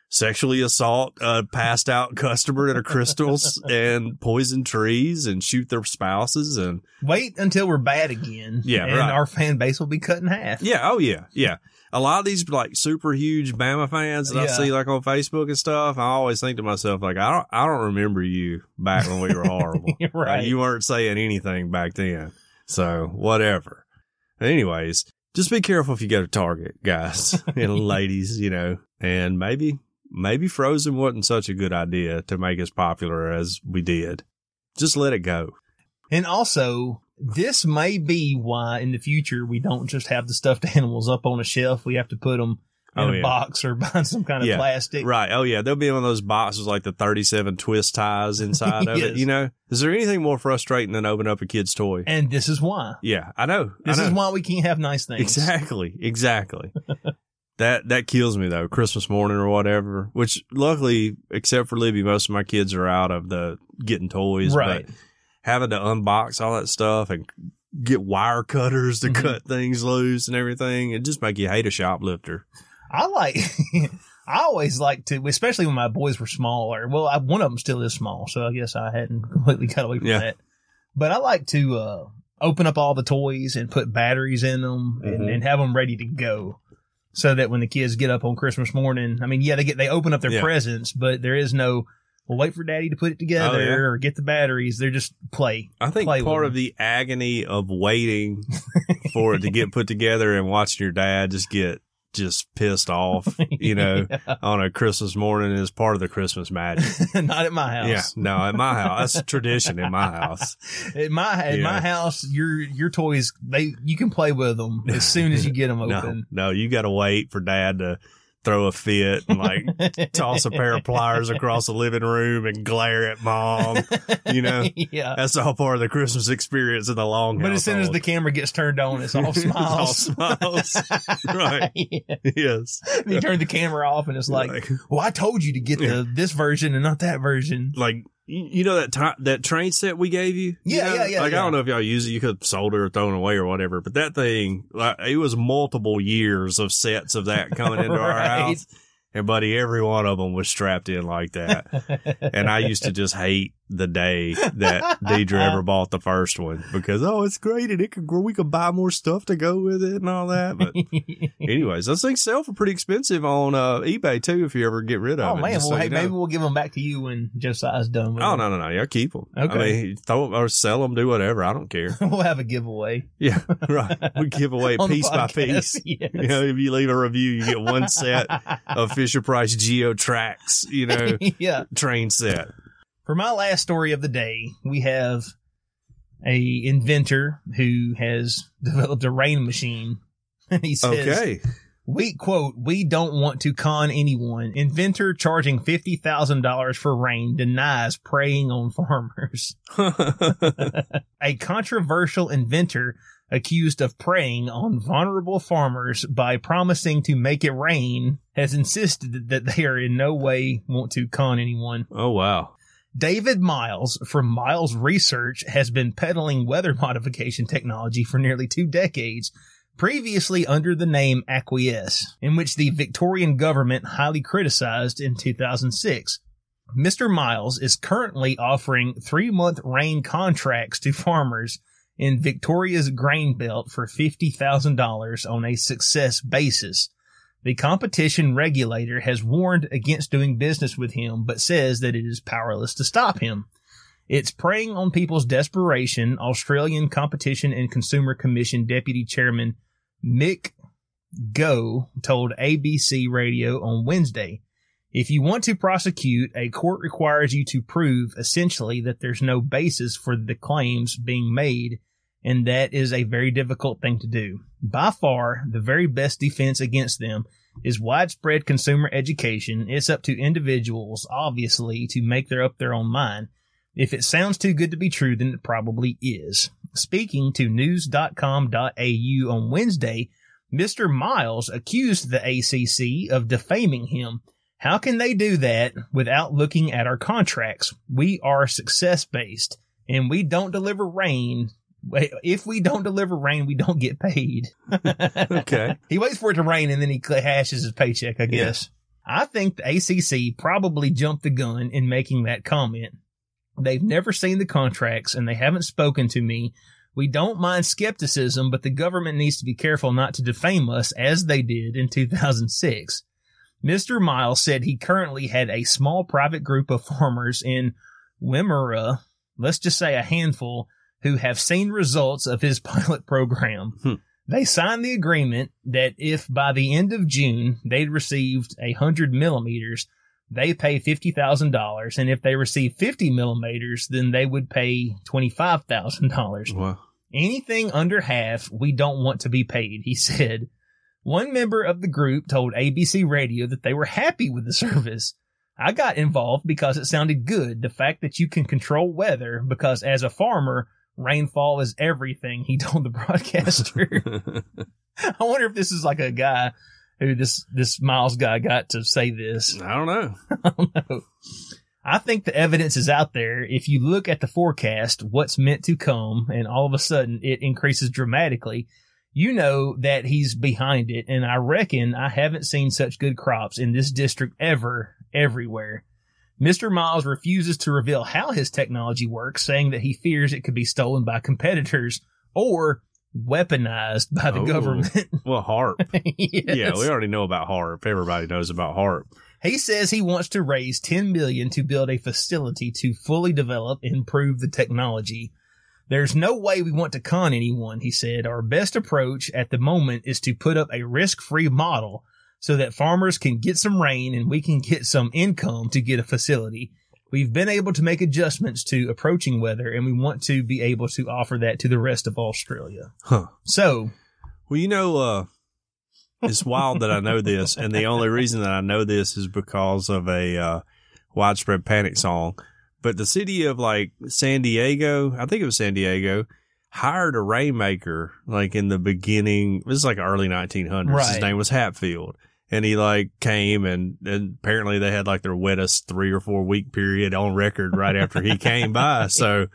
Speaker 3: sexually assault a passed out customer at a crystals and poison trees and shoot their spouses and
Speaker 2: Wait until we're bad again.
Speaker 3: Yeah,
Speaker 2: and
Speaker 3: right.
Speaker 2: our fan base will be cut in half.
Speaker 3: Yeah. Oh, yeah. Yeah. A lot of these like super huge Bama fans that I
Speaker 2: Yeah.
Speaker 3: see like on Facebook and stuff. I always think to myself like, I don't, I don't remember you back when we were horrible.
Speaker 2: You're
Speaker 3: Like,
Speaker 2: right.
Speaker 3: you weren't saying anything back then. So whatever. Anyways, just be careful if you go to Target, guys and ladies. You know, and maybe maybe Frozen wasn't such a good idea to make as popular as we did. Just let it go.
Speaker 2: And also, this may be why in the future we don't just have the stuffed animals up on a shelf. We have to put them in
Speaker 3: Oh,
Speaker 2: a
Speaker 3: yeah.
Speaker 2: box or behind some kind of
Speaker 3: Yeah,
Speaker 2: plastic.
Speaker 3: Right. Oh yeah, there'll be one of those boxes like the 37 twist ties inside of it.
Speaker 2: Yes.
Speaker 3: You know, is there anything more frustrating than opening up a kid's toy?
Speaker 2: And this is why.
Speaker 3: yeah, I know.
Speaker 2: This
Speaker 3: I know.
Speaker 2: is why we can't have nice things.
Speaker 3: Exactly. Exactly. that that kills me though. Christmas morning or whatever. Which luckily, except for Libby, most of my kids are out of the getting toys.
Speaker 2: Right.
Speaker 3: But having to unbox all that stuff and get wire cutters to
Speaker 2: Mhm.
Speaker 3: cut things loose and everything, it just make you hate a shoplifter.
Speaker 2: I like. I always like to, especially when my boys were smaller. Well, I, one of them still is small, so I guess I hadn't completely got away from
Speaker 3: Yeah.
Speaker 2: that. But I like to uh, open up all the toys and put batteries in them and,
Speaker 3: Mhm.
Speaker 2: and have them ready to go, so that when the kids get up on Christmas morning, I mean, yeah, they get they open up their
Speaker 3: Yeah. Oh,
Speaker 2: presents, but there is no. Well, wait for Daddy to put it together
Speaker 3: yeah.
Speaker 2: or get the batteries. They're just play.
Speaker 3: I think
Speaker 2: play with
Speaker 3: part
Speaker 2: them.
Speaker 3: of the agony of waiting for it to get put together and watching your dad just get just pissed off, you know, on a Christmas morning is part of the Christmas magic.
Speaker 2: Not at my house.
Speaker 3: Yeah, no, at my house, that's a tradition in my house.
Speaker 2: At my at my
Speaker 3: Yeah.
Speaker 2: house, your your toys they you can play with them as soon as you get them
Speaker 3: No,
Speaker 2: open.
Speaker 3: no, you got to wait for dad to throw a fit and like toss a pair of pliers across the living room and glare at mom. You know,
Speaker 2: yeah,
Speaker 3: that's all part of the Christmas experience in the long.
Speaker 2: but as soon as the
Speaker 3: household.
Speaker 2: camera gets turned on, it's all
Speaker 3: It's all
Speaker 2: smiles.
Speaker 3: smiles, right?
Speaker 2: Yeah.
Speaker 3: Yes.
Speaker 2: And you turn the camera off, and it's like, "Well, I told you to get
Speaker 3: Yeah.
Speaker 2: the this version and not that version."
Speaker 3: like you you know that ti- that train set we gave you? You
Speaker 2: Yeah,
Speaker 3: know?
Speaker 2: yeah, yeah,
Speaker 3: Like
Speaker 2: yeah.
Speaker 3: I don't know if y'all use it. You could have sold it or thrown it away or whatever. But that thing, like, it was multiple years of sets of that coming into our
Speaker 2: Right.
Speaker 3: house. And buddy, every one of them was strapped in like that. and I used to just hate the day that Deidre ever bought the first one because oh, it's great and it could grow. We could buy more stuff to go with it and all that. But anyways, those things sell for pretty expensive on uh, eBay too. If you ever get rid of
Speaker 2: Oh
Speaker 3: it,
Speaker 2: man, well,
Speaker 3: just so
Speaker 2: hey,
Speaker 3: you know.
Speaker 2: maybe we'll give them back to you when Josiah's done with
Speaker 3: Oh
Speaker 2: them.
Speaker 3: no no no! Yeah, keep them. I
Speaker 2: Okay.
Speaker 3: mean, throw 'em or sell them, do whatever. I don't care.
Speaker 2: we'll have a giveaway.
Speaker 3: Yeah, right. We give away
Speaker 2: on the
Speaker 3: piece by
Speaker 2: podcast.
Speaker 3: piece.
Speaker 2: Yes.
Speaker 3: You know, if you leave a review, you get one set of Fisher Price Geo Tracks. You know,
Speaker 2: yeah.
Speaker 3: train set.
Speaker 2: for my last story of the day, we have a inventor who has developed a rain machine. he says,
Speaker 3: Okay.
Speaker 2: "We quote, we don't want to con anyone. Inventor charging fifty thousand dollars for rain denies preying on farmers. A controversial inventor." Accused of preying on vulnerable farmers by promising to make it rain, has insisted that they are in no way want to con anyone.
Speaker 3: oh wow.
Speaker 2: David Miles from Miles Research has been peddling weather modification technology for nearly two decades, previously under the name Acquiesce, in which the Victorian government highly criticized in 2006. Mr. Miles is currently offering three month rain contracts to farmers in Victoria's grain belt for $50,000 on a success basis. The competition regulator has warned against doing business with him, but says that it is powerless to stop him. It's preying on people's desperation, Australian Competition and Consumer Commission Deputy Chairman Mick Go told ABC Radio on Wednesday. If you want to prosecute, a court requires you to prove essentially that there's no basis for the claims being made, and that is a very difficult thing to do. By far, the very best defense against them is widespread consumer education. It's up to individuals, obviously, to make their up their own mind. If it sounds too good to be true, then it probably is. Speaking to news.com.au on Wednesday, Mr. Miles accused the ACC of defaming him. How can they do that without looking at our contracts? We are success based and we don't deliver rain. If we don't deliver rain, we don't get paid.
Speaker 3: Okay.
Speaker 2: He waits for it to rain and then he cl- hashes his paycheck, I guess. I think the ACC probably jumped the gun in making that comment. They've never seen the contracts and they haven't spoken to me. We don't mind skepticism, but the government needs to be careful not to defame us as they did in 2006. Mr. Miles said he currently had a small private group of farmers in Wimmera, let's just say a handful, who have seen results of his pilot program.
Speaker 3: Hmm.
Speaker 2: They signed the agreement that if by the end of June they'd received a hundred millimeters, they pay fifty thousand dollars, and if they receive fifty millimeters, then they would pay twenty five thousand dollars.
Speaker 3: Wow.
Speaker 2: Anything under half, we don't want to be paid, he said. One member of the group told ABC Radio that they were happy with the service. I got involved because it sounded good, the fact that you can control weather, because as a farmer, rainfall is everything, he told the broadcaster. I wonder if this is like a guy who this, this Miles guy got to say this.
Speaker 3: I don't know.
Speaker 2: I think the evidence is out there. If you look at the forecast, what's meant to come, and all of a sudden it increases dramatically, you know that he's behind it. And I reckon I haven't seen such good crops in this district ever, everywhere. Mr. Miles refuses to reveal how his technology works, saying that he fears it could be stolen by competitors or weaponized by the
Speaker 3: Oh.
Speaker 2: government.
Speaker 3: Well, harp. Yeah,
Speaker 2: Yes.
Speaker 3: we already know about harp. Everybody knows about harp.
Speaker 2: He says he wants to raise 10 million to build a facility to fully develop and improve the technology. There's no way we want to con anyone, he said. Our best approach at the moment is to put up a risk-free model so that farmers can get some rain and we can get some income to get a facility. We've been able to make adjustments to approaching weather and we want to be able to offer that to the rest of Australia.
Speaker 3: Huh.
Speaker 2: So,
Speaker 3: Well, you know, uh, it's wild that I know this, and the only reason that I know this is because of a uh, widespread panic song. But the city of like San Diego, I think it was San Diego, hired a rainmaker like in the beginning. This is like early 1900s. His
Speaker 2: Right.
Speaker 3: name was Hatfield. And he like came and, and apparently they had like their wettest three or four week period on record right after he came by. So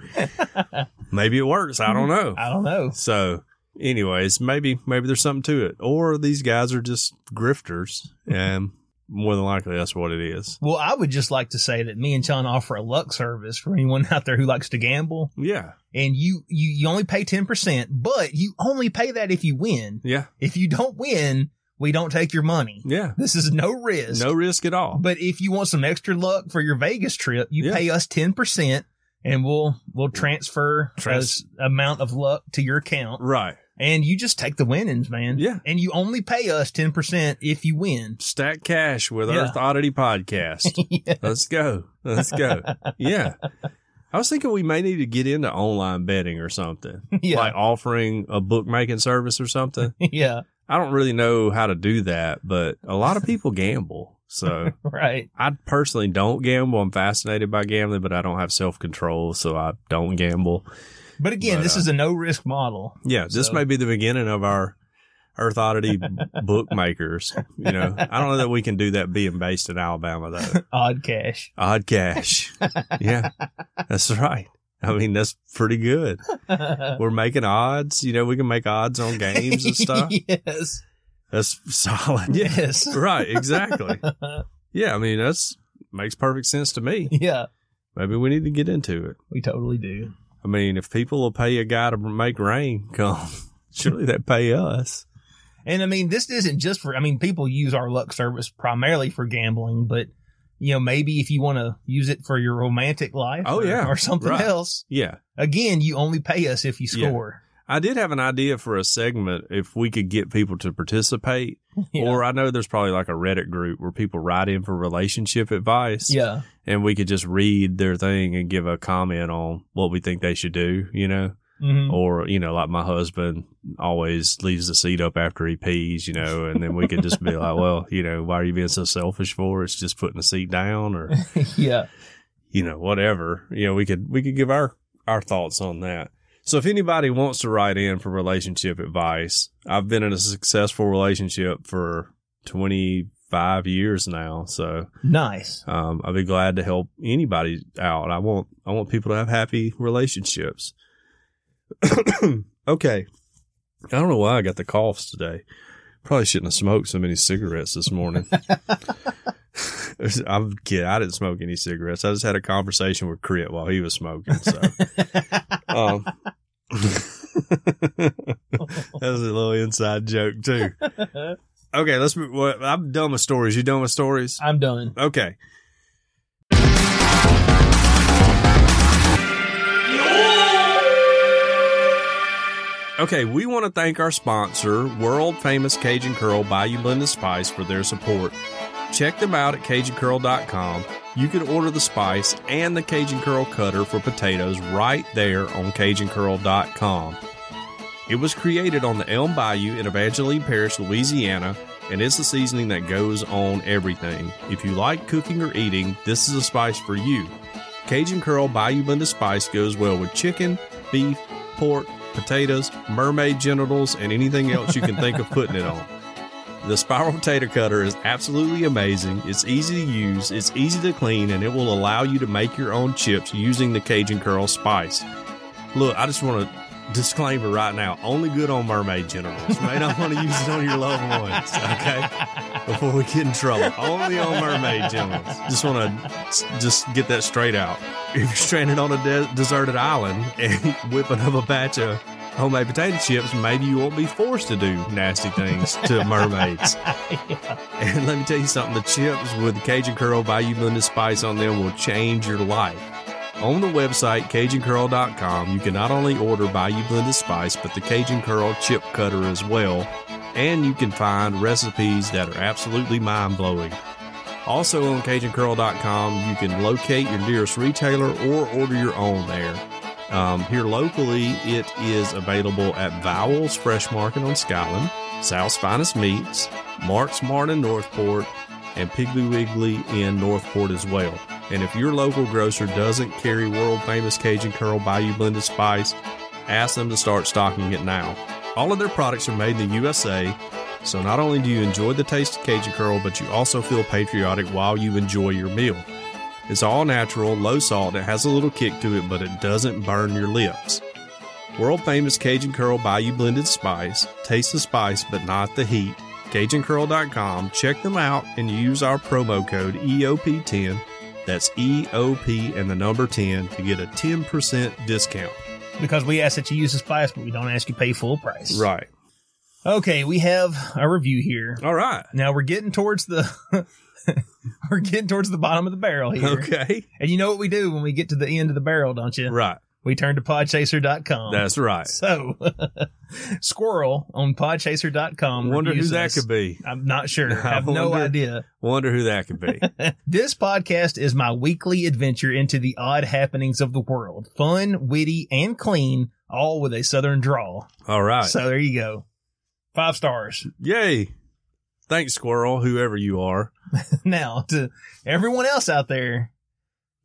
Speaker 3: maybe it works. I don't know.
Speaker 2: I don't know.
Speaker 3: So, anyways, maybe maybe there's something to it, or these guys are just grifters, and more than likely that's what it is.
Speaker 2: Well, I would just like to say that me and John offer a luck service for anyone out there who likes to gamble.
Speaker 3: Yeah,
Speaker 2: And you, you, you only pay 10%, but you only pay that if you win.
Speaker 3: yeah,
Speaker 2: If you don't win, we don't take your money.
Speaker 3: yeah.
Speaker 2: This is no risk.
Speaker 3: No risk at all.
Speaker 2: But if you want some extra luck for your Vegas trip, you
Speaker 3: Yeah.
Speaker 2: pay us 10% and we'll, we'll transfer
Speaker 3: Trans-
Speaker 2: a s- amount of luck to your account
Speaker 3: right,
Speaker 2: and you just take the winnings, man.
Speaker 3: Yeah.
Speaker 2: And you only pay us 10% if you win.
Speaker 3: stack cash with
Speaker 2: Yeah.
Speaker 3: Earth Oddity Podcast. Let's go, let's go. Yeah. I was thinking we may need to get into online betting or something,
Speaker 2: Yeah.
Speaker 3: like offering a bookmaking service or something.
Speaker 2: yeah.
Speaker 3: I don't really know how to do that, but a lot of people gamble. So
Speaker 2: Right.
Speaker 3: I personally don't gamble. I'm fascinated by gambling, but I don't have self control, so I don't gamble.
Speaker 2: But again,
Speaker 3: But,
Speaker 2: this
Speaker 3: uh,
Speaker 2: is a no risk model.
Speaker 3: Yeah, this
Speaker 2: So-
Speaker 3: may be the beginning of our Earth Oddity bookmakers. You know, I don't know that we can do that being based in Alabama though.
Speaker 2: Odd cash.
Speaker 3: Odd cash. Yeah, that's right. I mean, that's pretty good. We're making odds. You know, we can make odds on games and stuff.
Speaker 2: yes.
Speaker 3: That's solid.
Speaker 2: Yes.
Speaker 3: Right. Exactly. Yeah. I mean, that's makes perfect sense to me.
Speaker 2: Yeah.
Speaker 3: Maybe we need to get into it.
Speaker 2: We totally do.
Speaker 3: I mean, if people will pay a guy to make rain come, surely they pay us.
Speaker 2: And I mean, this isn't just for, I mean, people use our luck service primarily for gambling, but, you know, maybe if you want to use it for your romantic life
Speaker 3: Oh,
Speaker 2: or,
Speaker 3: yeah.
Speaker 2: or something
Speaker 3: Right.
Speaker 2: else,
Speaker 3: Yeah.
Speaker 2: again, you only pay us if you
Speaker 3: Yeah.
Speaker 2: score.
Speaker 3: I did have an idea for a segment if we could get people to participate.
Speaker 2: Yeah.
Speaker 3: Or I know there's probably like a Reddit group where people write in for relationship advice.
Speaker 2: Yeah.
Speaker 3: And we could just read their thing and give a comment on what we think they should do, you know?
Speaker 2: Mhm.
Speaker 3: Or, you know, like my husband always leaves the seat up after he pees, you know, and then we could just be like, well, you know, why are you being so selfish for? It's just putting the seat down or
Speaker 2: yeah.
Speaker 3: you know, whatever. You know, we could we could give our our thoughts on that. So if anybody wants to write in for relationship advice, I've been in a successful relationship for 25 years now, so
Speaker 2: Nice.
Speaker 3: um, I'd be glad to help anybody out. I want I want people to have happy relationships. okay, I don't know why I got the coughs today. Probably shouldn't have smoked so many cigarettes this morning. I'm kidding. I didn't smoke any cigarettes. I just had a conversation with Crit while he was smoking. So, um, that was a little inside joke too. Okay, let's. move- Well, I'm done with stories. You done with stories?
Speaker 2: I'm done.
Speaker 3: Okay. Okay, we want to thank our sponsor, world famous Cajun Curl Bayou Blended Spice, for their support. Check them out at CajunCurl.com. You can order the spice and the Cajun Curl cutter for potatoes right there on CajunCurl.com. It was created on the Elm Bayou in Evangeline Parish, Louisiana, and it's the seasoning that goes on everything. If you like cooking or eating, this is a spice for you. Cajun Curl Bayou Blended Spice goes well with chicken, beef, pork, potatoes, mermaid genitals, and anything else you can think of putting it on. The spiral potato cutter is absolutely amazing. It's easy to use, it's easy to clean, and it will allow you to make your own chips using the Cajun Curl spice. Look, I just want to disclaimer right now only good on mermaid genitals. May not want to use it on your loved ones, okay? Before we get in trouble, only on mermaid genitals. Just want to just get that straight out. If you're stranded on a de- deserted island and whipping up a batch of homemade potato chips, maybe you won't be forced to do nasty things to mermaids. And let me tell you something the chips with Cajun Curl Bayou Blended Spice on them will change your life. On the website CajunCurl.com, you can not only order Bayou Blended Spice, but the Cajun Curl Chip Cutter as well. And you can find recipes that are absolutely mind blowing. Also on CajunCurl.com, you can locate your nearest retailer or order your own there. Um, here locally, it is available at Vowels Fresh Market on Skyland, South's Finest Meats, Mark's Mart in Northport, and Piggly Wiggly in Northport as well. And if your local grocer doesn't carry world famous Cajun Curl Bayou Blended Spice, ask them to start stocking it now. All of their products are made in the USA, so not only do you enjoy the taste of Cajun Curl, but you also feel patriotic while you enjoy your meal. It's all natural, low salt, it has a little kick to it, but it doesn't burn your lips. World famous Cajun Curl Bayou Blended Spice. Taste the spice, but not the heat. CajunCurl.com. Check them out and use our promo code E EOP10. That's EOP and the number 10 to get a 10% discount.
Speaker 2: Because we ask that you use the spice, but we don't ask you pay full price.
Speaker 3: Right.
Speaker 2: Okay, we have a review here.
Speaker 3: All right.
Speaker 2: Now we're getting towards the we're getting towards the bottom of the barrel here.
Speaker 3: Okay.
Speaker 2: And you know what we do when we get to the end of the barrel, don't you?
Speaker 3: Right.
Speaker 2: We turn to podchaser.com.
Speaker 3: That's right.
Speaker 2: so Squirrel on podchaser.com.
Speaker 3: Wonder who
Speaker 2: reviews
Speaker 3: that
Speaker 2: us.
Speaker 3: could be.
Speaker 2: I'm not sure.
Speaker 3: I
Speaker 2: I have no
Speaker 3: wonder-
Speaker 2: idea.
Speaker 3: Wonder who that could be.
Speaker 2: This podcast is my weekly adventure into the odd happenings of the world. Fun, witty, and clean, all with a southern drawl.
Speaker 3: All right.
Speaker 2: So there you go. Five stars.
Speaker 3: Yay. Thanks, Squirrel, whoever you are.
Speaker 2: Now, to everyone else out there,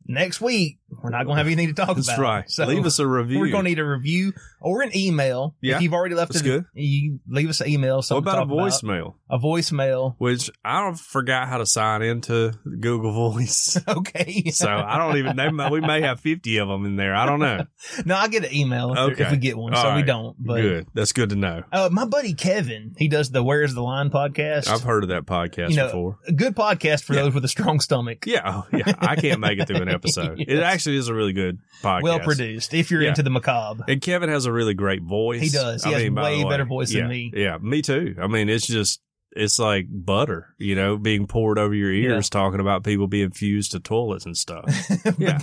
Speaker 2: next week we're not going to have anything to talk
Speaker 3: That's
Speaker 2: about.
Speaker 3: right. Leave us a review.
Speaker 2: We're going to need a review or an email.
Speaker 3: Yeah,
Speaker 2: If you've already left
Speaker 3: that's
Speaker 2: it,
Speaker 3: good.
Speaker 2: you leave us an email.
Speaker 3: what
Speaker 2: something to
Speaker 3: about a
Speaker 2: talk
Speaker 3: voicemail?
Speaker 2: About. A voicemail.
Speaker 3: Which I forgot how to sign into Google Voice.
Speaker 2: Okay.
Speaker 3: So I don't even know. We may have 50 of them in there. I don't know.
Speaker 2: no, I get an email if-
Speaker 3: Okay.
Speaker 2: if we get one.
Speaker 3: All
Speaker 2: so we
Speaker 3: right.
Speaker 2: don't. But
Speaker 3: Good. That's good to know.
Speaker 2: Uh, my buddy Kevin, he does the Where's the Line podcast.
Speaker 3: I've heard of that podcast
Speaker 2: You know, uh,
Speaker 3: before.
Speaker 2: a good podcast for those with a strong stomach.
Speaker 3: Yeah, oh, yeah. I can't make it through an episode. It
Speaker 2: Yes.
Speaker 3: actually is a really good podcast.
Speaker 2: Well produced. If you're
Speaker 3: Yeah.
Speaker 2: into the macabre.
Speaker 3: And Kevin has a really great voice.
Speaker 2: He does. He has
Speaker 3: by
Speaker 2: way
Speaker 3: the
Speaker 2: better voice than
Speaker 3: Yeah,
Speaker 2: me.
Speaker 3: Yeah, me too. I mean, it's just it's like butter, you know, being poured over your ears, talking about people being fused to toilets and stuff. yeah,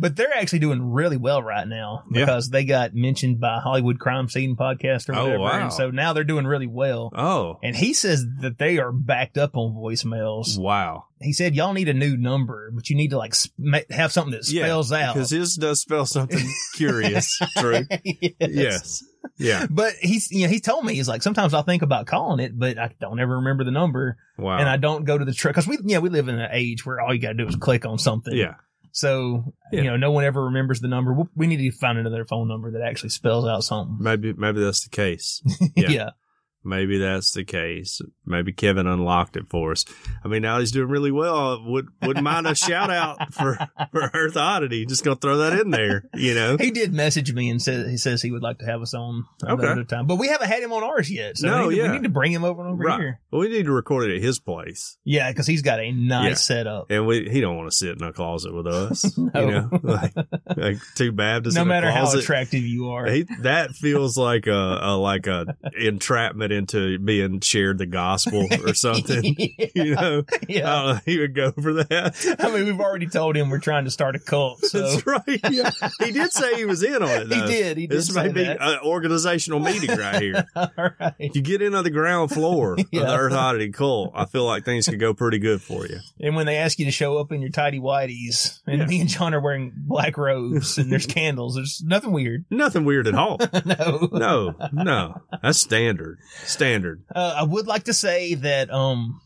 Speaker 2: But they're actually doing really well right now
Speaker 3: Yeah.
Speaker 2: because they got mentioned by Hollywood Crime Scene podcast or
Speaker 3: Oh,
Speaker 2: whatever.
Speaker 3: wow.
Speaker 2: And so now they're doing really well.
Speaker 3: Oh,
Speaker 2: And he says that they are backed up on voicemails.
Speaker 3: wow.
Speaker 2: He said, y'all need a new number, but you need to like sp- have something that
Speaker 3: Yeah,
Speaker 2: spells out.
Speaker 3: Because his does spell something curious. True.
Speaker 2: Yes.
Speaker 3: Yes. Yeah.
Speaker 2: But he's, you know, he told me, he's like, sometimes I think about calling it, but I don't ever remember the number.
Speaker 3: Wow.
Speaker 2: And I don't go to the truck. Cause we, yeah, we live in an age where all you got to do is click on something.
Speaker 3: yeah.
Speaker 2: So,
Speaker 3: Yeah.
Speaker 2: you know, no one ever remembers the number. We- We need to find another phone number that actually spells out something.
Speaker 3: Maybe maybe that's the case.
Speaker 2: Yeah.
Speaker 3: Yeah. Maybe that's the case. Maybe Kevin unlocked it for us. I mean, now he's doing really well. Would would mind a shout out for for Earth Oddity. Just gonna throw that in there. You know,
Speaker 2: He did message me and said he says he would like to have us on another
Speaker 3: Okay.
Speaker 2: time, but we haven't had him on ours yet. So
Speaker 3: No,
Speaker 2: we, need,
Speaker 3: yeah.
Speaker 2: we need to bring him over and over here.
Speaker 3: Well, we need to record it at his place,
Speaker 2: Yeah, because he's got a nice
Speaker 3: Yeah.
Speaker 2: setup.
Speaker 3: and we he don't want to sit in a closet with us. You know, like, like two Baptists.
Speaker 2: no
Speaker 3: in a
Speaker 2: matter how
Speaker 3: closet.
Speaker 2: attractive you are,
Speaker 3: He, that feels like a, a like a entrapment into being shared the gospel or something. Oh. You know,
Speaker 2: yeah.
Speaker 3: I don't know, he would go for that.
Speaker 2: I mean, we've already told him we're trying to start a cult. So
Speaker 3: That's right. Yeah. He did say he was in on it.
Speaker 2: He
Speaker 3: Though.
Speaker 2: did, he did
Speaker 3: This
Speaker 2: say
Speaker 3: may be uh,
Speaker 2: that.
Speaker 3: an organizational meeting right here.
Speaker 2: all right,
Speaker 3: You get in on the ground floor of
Speaker 2: Yeah.
Speaker 3: the Earth Oddity Cult. I feel like things could go pretty good for you.
Speaker 2: and when they ask you to show up in your tidy whities, and me and John are wearing black robes, and there's candles, there's nothing weird.
Speaker 3: Nothing weird at all.
Speaker 2: No,
Speaker 3: No, no. That's standard. Standard.
Speaker 2: Uh, I would like to say that um,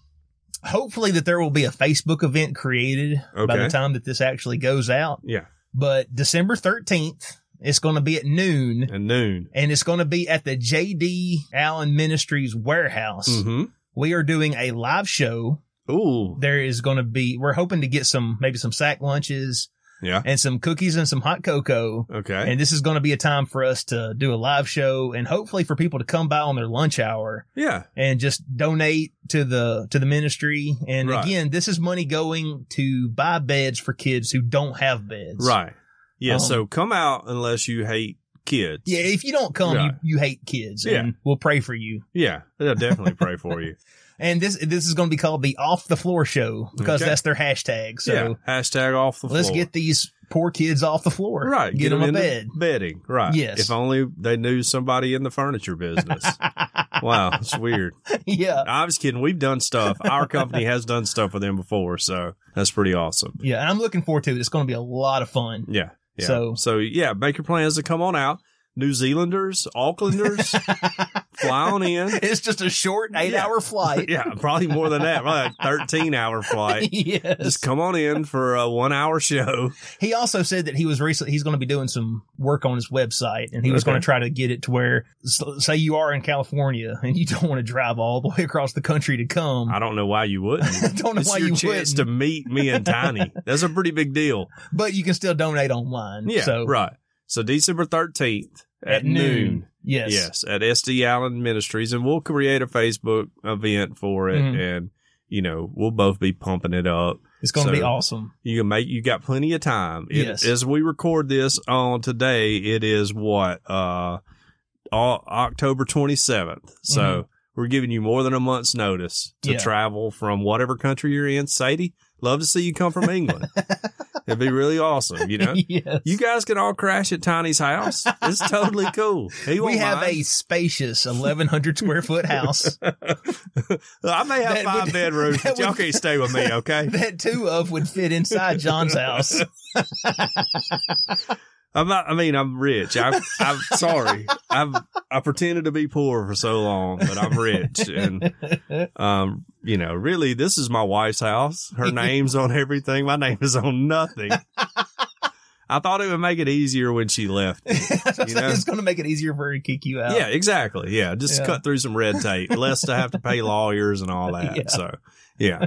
Speaker 2: hopefully that there will be a Facebook event created by
Speaker 3: Okay.
Speaker 2: the time that this actually goes out.
Speaker 3: Yeah.
Speaker 2: But December thirteenth, it's going to be at noon,
Speaker 3: And noon.
Speaker 2: and it's going to be at the J.D. Allen Ministries warehouse.
Speaker 3: Mm-hmm.
Speaker 2: We are doing a live show.
Speaker 3: Ooh.
Speaker 2: There is going to be. We're hoping to get some maybe some sack lunches
Speaker 3: Yeah.
Speaker 2: and some cookies and some hot cocoa.
Speaker 3: Okay.
Speaker 2: And this is going to be a time for us to do a live show and hopefully for people to come by on their lunch hour
Speaker 3: Yeah.
Speaker 2: and just donate to the to the ministry. And
Speaker 3: Right.
Speaker 2: again, this is money going to buy beds for kids who don't have beds.
Speaker 3: Right. Yeah.
Speaker 2: Um,
Speaker 3: so come out unless you hate kids.
Speaker 2: Yeah, if you don't come,
Speaker 3: Right.
Speaker 2: you, you hate kids,
Speaker 3: Yeah.
Speaker 2: and we'll pray for you.
Speaker 3: Yeah. They'll definitely pray for you.
Speaker 2: And this this is going to be called the Off the Floor Show because
Speaker 3: Okay.
Speaker 2: that's their hashtag. So
Speaker 3: yeah. Hashtag off the
Speaker 2: let's
Speaker 3: floor.
Speaker 2: get these poor kids off the floor.
Speaker 3: Right.
Speaker 2: get, them, a
Speaker 3: into
Speaker 2: bed.
Speaker 3: Bedding. Right.
Speaker 2: Yes.
Speaker 3: If only they knew somebody in the furniture business. wow. It's weird.
Speaker 2: yeah,
Speaker 3: I was kidding. We've done stuff. Our company has done stuff with them before. So that's pretty awesome.
Speaker 2: yeah. And I'm looking forward to it. It's going to be a lot of fun.
Speaker 3: Yeah. yeah.
Speaker 2: So-
Speaker 3: yeah, make your plans to come on out. New Zealanders, Aucklanders, fly on in.
Speaker 2: It's just a short eight
Speaker 3: Yeah.
Speaker 2: hour flight.
Speaker 3: Yeah, probably more than that. Probably like 13 hour flight.
Speaker 2: yes.
Speaker 3: Just come on in for a one hour show.
Speaker 2: He also said that he was recently he's going to be doing some work on his website, and he was
Speaker 3: Okay.
Speaker 2: going to try to get it to where, s- say, you are in California and you don't want to drive all the way across the country to come.
Speaker 3: I don't know why you wouldn't.
Speaker 2: I don't know
Speaker 3: it's
Speaker 2: why
Speaker 3: your
Speaker 2: you
Speaker 3: chance
Speaker 2: wouldn't,
Speaker 3: to meet me and Tiny. That's a pretty big deal.
Speaker 2: but you can still donate online.
Speaker 3: Yeah,
Speaker 2: so,
Speaker 3: right. So December 13th at,
Speaker 2: at noon. Yes.
Speaker 3: Yes. at SD Allen Ministries. And we'll create a Facebook event for it.
Speaker 2: Mhm.
Speaker 3: And, you know, we'll both be pumping it up.
Speaker 2: it's going to be
Speaker 3: So-
Speaker 2: awesome.
Speaker 3: You can make you got plenty of time. It-
Speaker 2: Yes.
Speaker 3: As we record this on today, it is what uh O- October 27th. So we're giving you more than a month's notice to
Speaker 2: Mm-hmm. Yeah.
Speaker 3: travel from whatever country you're in. Sadie, love to see you come from England. It'd be really awesome, you know.
Speaker 2: yes.
Speaker 3: You guys can all crash at Tiny's house. It's totally cool. He
Speaker 2: we
Speaker 3: won't
Speaker 2: have
Speaker 3: mind.
Speaker 2: a spacious 1,100 square foot house
Speaker 3: I may have
Speaker 2: that
Speaker 3: five
Speaker 2: would-
Speaker 3: bedrooms,
Speaker 2: that
Speaker 3: but y'all
Speaker 2: would-
Speaker 3: can't stay with me, okay?
Speaker 2: that two of would fit inside John's house.
Speaker 3: I'm not. I mean, I'm rich. I'm. I'm sorry. I've. I pretended to be poor for so long, but I'm rich, and um, you know, really, this is my wife's house. Her name's on everything. My name is on nothing. I thought it would make it easier when she left. You know?
Speaker 2: it's going to make it easier for her to kick you out.
Speaker 3: Yeah, exactly. Yeah, just
Speaker 2: Yeah.
Speaker 3: cut through some red tape, less to have to pay lawyers and all that.
Speaker 2: Yeah.
Speaker 3: So, yeah.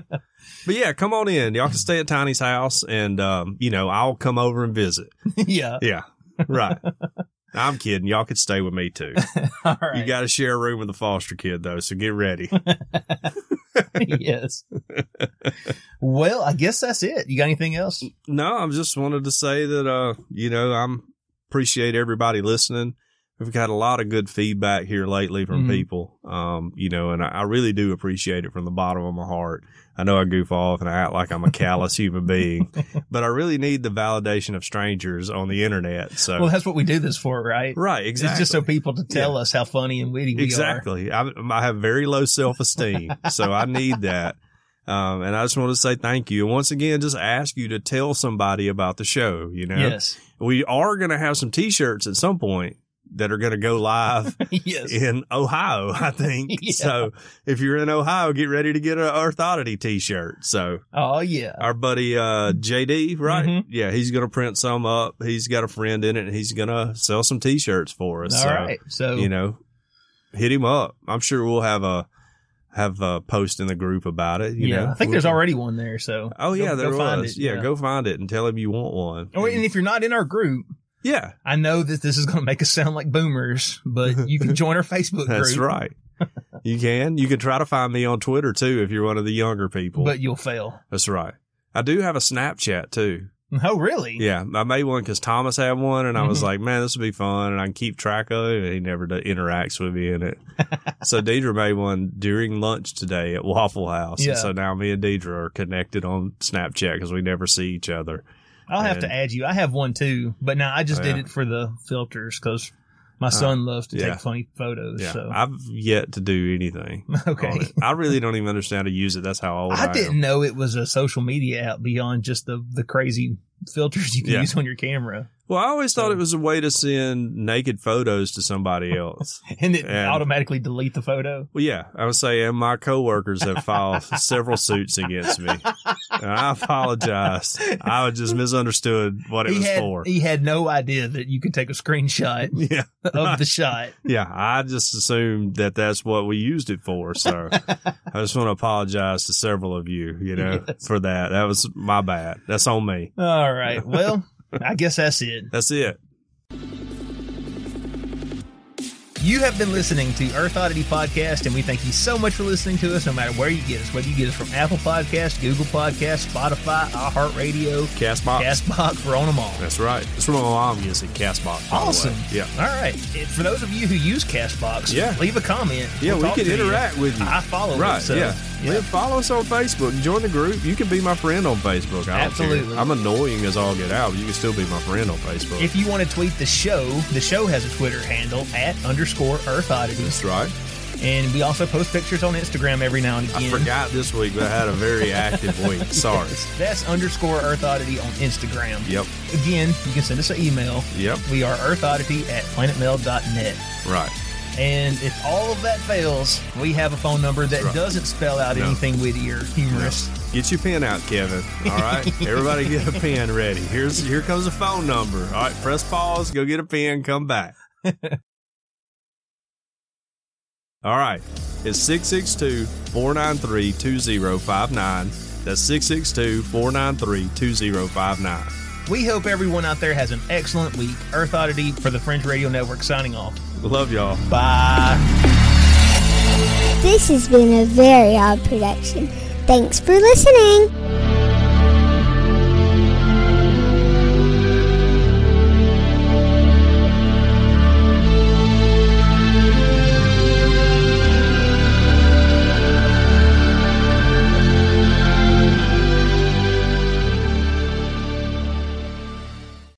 Speaker 3: But yeah, come on in. Y'all can stay at Tiny's house, and um, you know, I'll come over and visit.
Speaker 2: yeah.
Speaker 3: Yeah. Right. I'm kidding. Y'all could stay with me too.
Speaker 2: All right.
Speaker 3: You got to share a room with a foster kid though, so get ready.
Speaker 2: yes. well, I guess that's it. You got anything else?
Speaker 3: no, I just wanted to say that uh, you know, I'm appreciate everybody listening. We've got a lot of good feedback here lately from
Speaker 2: Mhm.
Speaker 3: people. Um, you know, and I, I really do appreciate it from the bottom of my heart. I know I goof off and I act like I'm a callous human being, but I really need the validation of strangers on the internet. So
Speaker 2: Well, that's what we do this for, right?
Speaker 3: right, exactly.
Speaker 2: It's just so people to tell us how funny and witty we
Speaker 3: exactly. I, I have very low self esteem, so I need that. Um, and I just want to say thank you. And once again, just ask you to tell somebody about the show. You know,
Speaker 2: are. Yes.
Speaker 3: we are going to have some t shirts at some point that are going to go live
Speaker 2: yes.
Speaker 3: in Ohio, I think.
Speaker 2: Yeah.
Speaker 3: So if you're in Ohio, get ready to get an Earth Oddity t shirt. So
Speaker 2: Oh, yeah.
Speaker 3: our buddy uh, JD, right?
Speaker 2: Mhm.
Speaker 3: Yeah, he's going to print some up. He's got a friend in it and he's going to sell some t shirts for
Speaker 2: All
Speaker 3: us.
Speaker 2: right.
Speaker 3: so,
Speaker 2: So,
Speaker 3: you know, hit him up. I'm sure we'll have a have a post in the group about it. You
Speaker 2: yeah,
Speaker 3: know,
Speaker 2: I think there's already one there. So
Speaker 3: Oh yeah,
Speaker 2: go-
Speaker 3: there
Speaker 2: go
Speaker 3: was.
Speaker 2: find it,
Speaker 3: yeah, go find it and tell him you want one.
Speaker 2: Oh, and if you're not in our group,
Speaker 3: yeah,
Speaker 2: I know that this is going to make us sound like boomers, but you can join our Facebook
Speaker 3: that's
Speaker 2: group.
Speaker 3: right. you can. You can try to find me on Twitter too if you're one of the younger people.
Speaker 2: But you'll fail.
Speaker 3: that's right. I do have a Snapchat too.
Speaker 2: Oh, really?
Speaker 3: Yeah, I made one because Thomas had one, and I was
Speaker 2: Mhm.
Speaker 3: like, "Man, this would be fun," and I can keep track of it. And he never d- interacts with me in it. so Deidre made one during lunch today at Waffle House,
Speaker 2: Yeah.
Speaker 3: and so now me and Deidre are connected on Snapchat because we never see each other.
Speaker 2: I'll have to
Speaker 3: And-
Speaker 2: add you. I have one too, but now I just
Speaker 3: Yeah. Uh,
Speaker 2: did it for the filters because my son loves to
Speaker 3: yeah.
Speaker 2: take funny photos.
Speaker 3: Yeah,
Speaker 2: So
Speaker 3: I've yet to do anything. on
Speaker 2: okay.
Speaker 3: it. I really don't even understand how to use it. That's how old I,
Speaker 2: I didn't
Speaker 3: Am.
Speaker 2: know it was a social media app beyond just the, the crazy filters you can
Speaker 3: Yeah.
Speaker 2: use on your camera.
Speaker 3: Well, I always thought it was a way to send naked photos to somebody else.
Speaker 2: And it
Speaker 3: And-
Speaker 2: automatically delete the photo.
Speaker 3: well, yeah, I would say, and my coworkers have filed several suits against me. And I apologize. I was just misunderstood what it
Speaker 2: he
Speaker 3: was
Speaker 2: had
Speaker 3: for.
Speaker 2: he had no idea that you could take a screenshot
Speaker 3: yeah,
Speaker 2: of the shot.
Speaker 3: yeah. I just assumed that that's what we used it for. So I just want to apologize to several of you, you know, for that. That was my bad. That's on me.
Speaker 2: All right. Well, I guess that's it.
Speaker 3: That's it.
Speaker 2: You have been listening to Earth Oddity Podcast, and we thank you so much for listening to us, no matter where you get us, whether you get us from Apple Podcasts, Google Podcasts, Spotify, iHeartRadio,
Speaker 3: Castbox.
Speaker 2: Castbox, we're on them all.
Speaker 3: That's right. That's where my mom gets it. Castbox. by the way.
Speaker 2: Awesome.
Speaker 3: Yeah.
Speaker 2: All right. And For those of you who use Castbox,
Speaker 3: Yeah.
Speaker 2: leave a comment.
Speaker 3: Yeah,
Speaker 2: We'll
Speaker 3: we
Speaker 2: talk
Speaker 3: can
Speaker 2: to you.
Speaker 3: interact with you.
Speaker 2: I follow it,
Speaker 3: Right.
Speaker 2: so,
Speaker 3: yeah.
Speaker 2: yeah.
Speaker 3: Live, follow us on Facebook. Join the group. You can be my friend on Facebook. I don't
Speaker 2: Absolutely.
Speaker 3: Care. I'm annoying as all get out, but you can still be my friend on Facebook.
Speaker 2: If you want to tweet the show, the show has a Twitter handle at underscore Earth Oddities.
Speaker 3: That's right.
Speaker 2: And we also post pictures on Instagram every now and
Speaker 3: I
Speaker 2: again.
Speaker 3: forgot this week, but I had a very active week. Sorry.
Speaker 2: That's underscore Earth Oddity on Instagram.
Speaker 3: Yep.
Speaker 2: Again, you can send us an email.
Speaker 3: Yep.
Speaker 2: We are earthoddity at planetmail.net.
Speaker 3: Right.
Speaker 2: And if all of that fails, we have a phone number that
Speaker 3: right.
Speaker 2: doesn't spell out
Speaker 3: No.
Speaker 2: anything witty or humorous.
Speaker 3: Get your pen out, Kevin. All right. Everybody get a pen ready. Here's here comes the phone number. All right. Press pause. Go get a pen. Come back. All right. It's 662 493 2059. That's 662 493 2059.
Speaker 2: We hope everyone out there has an excellent week. Earth Oddity for the Fringe Radio Network signing off.
Speaker 3: Love y'all.
Speaker 2: Bye.
Speaker 7: This has been a very odd production. Thanks for listening.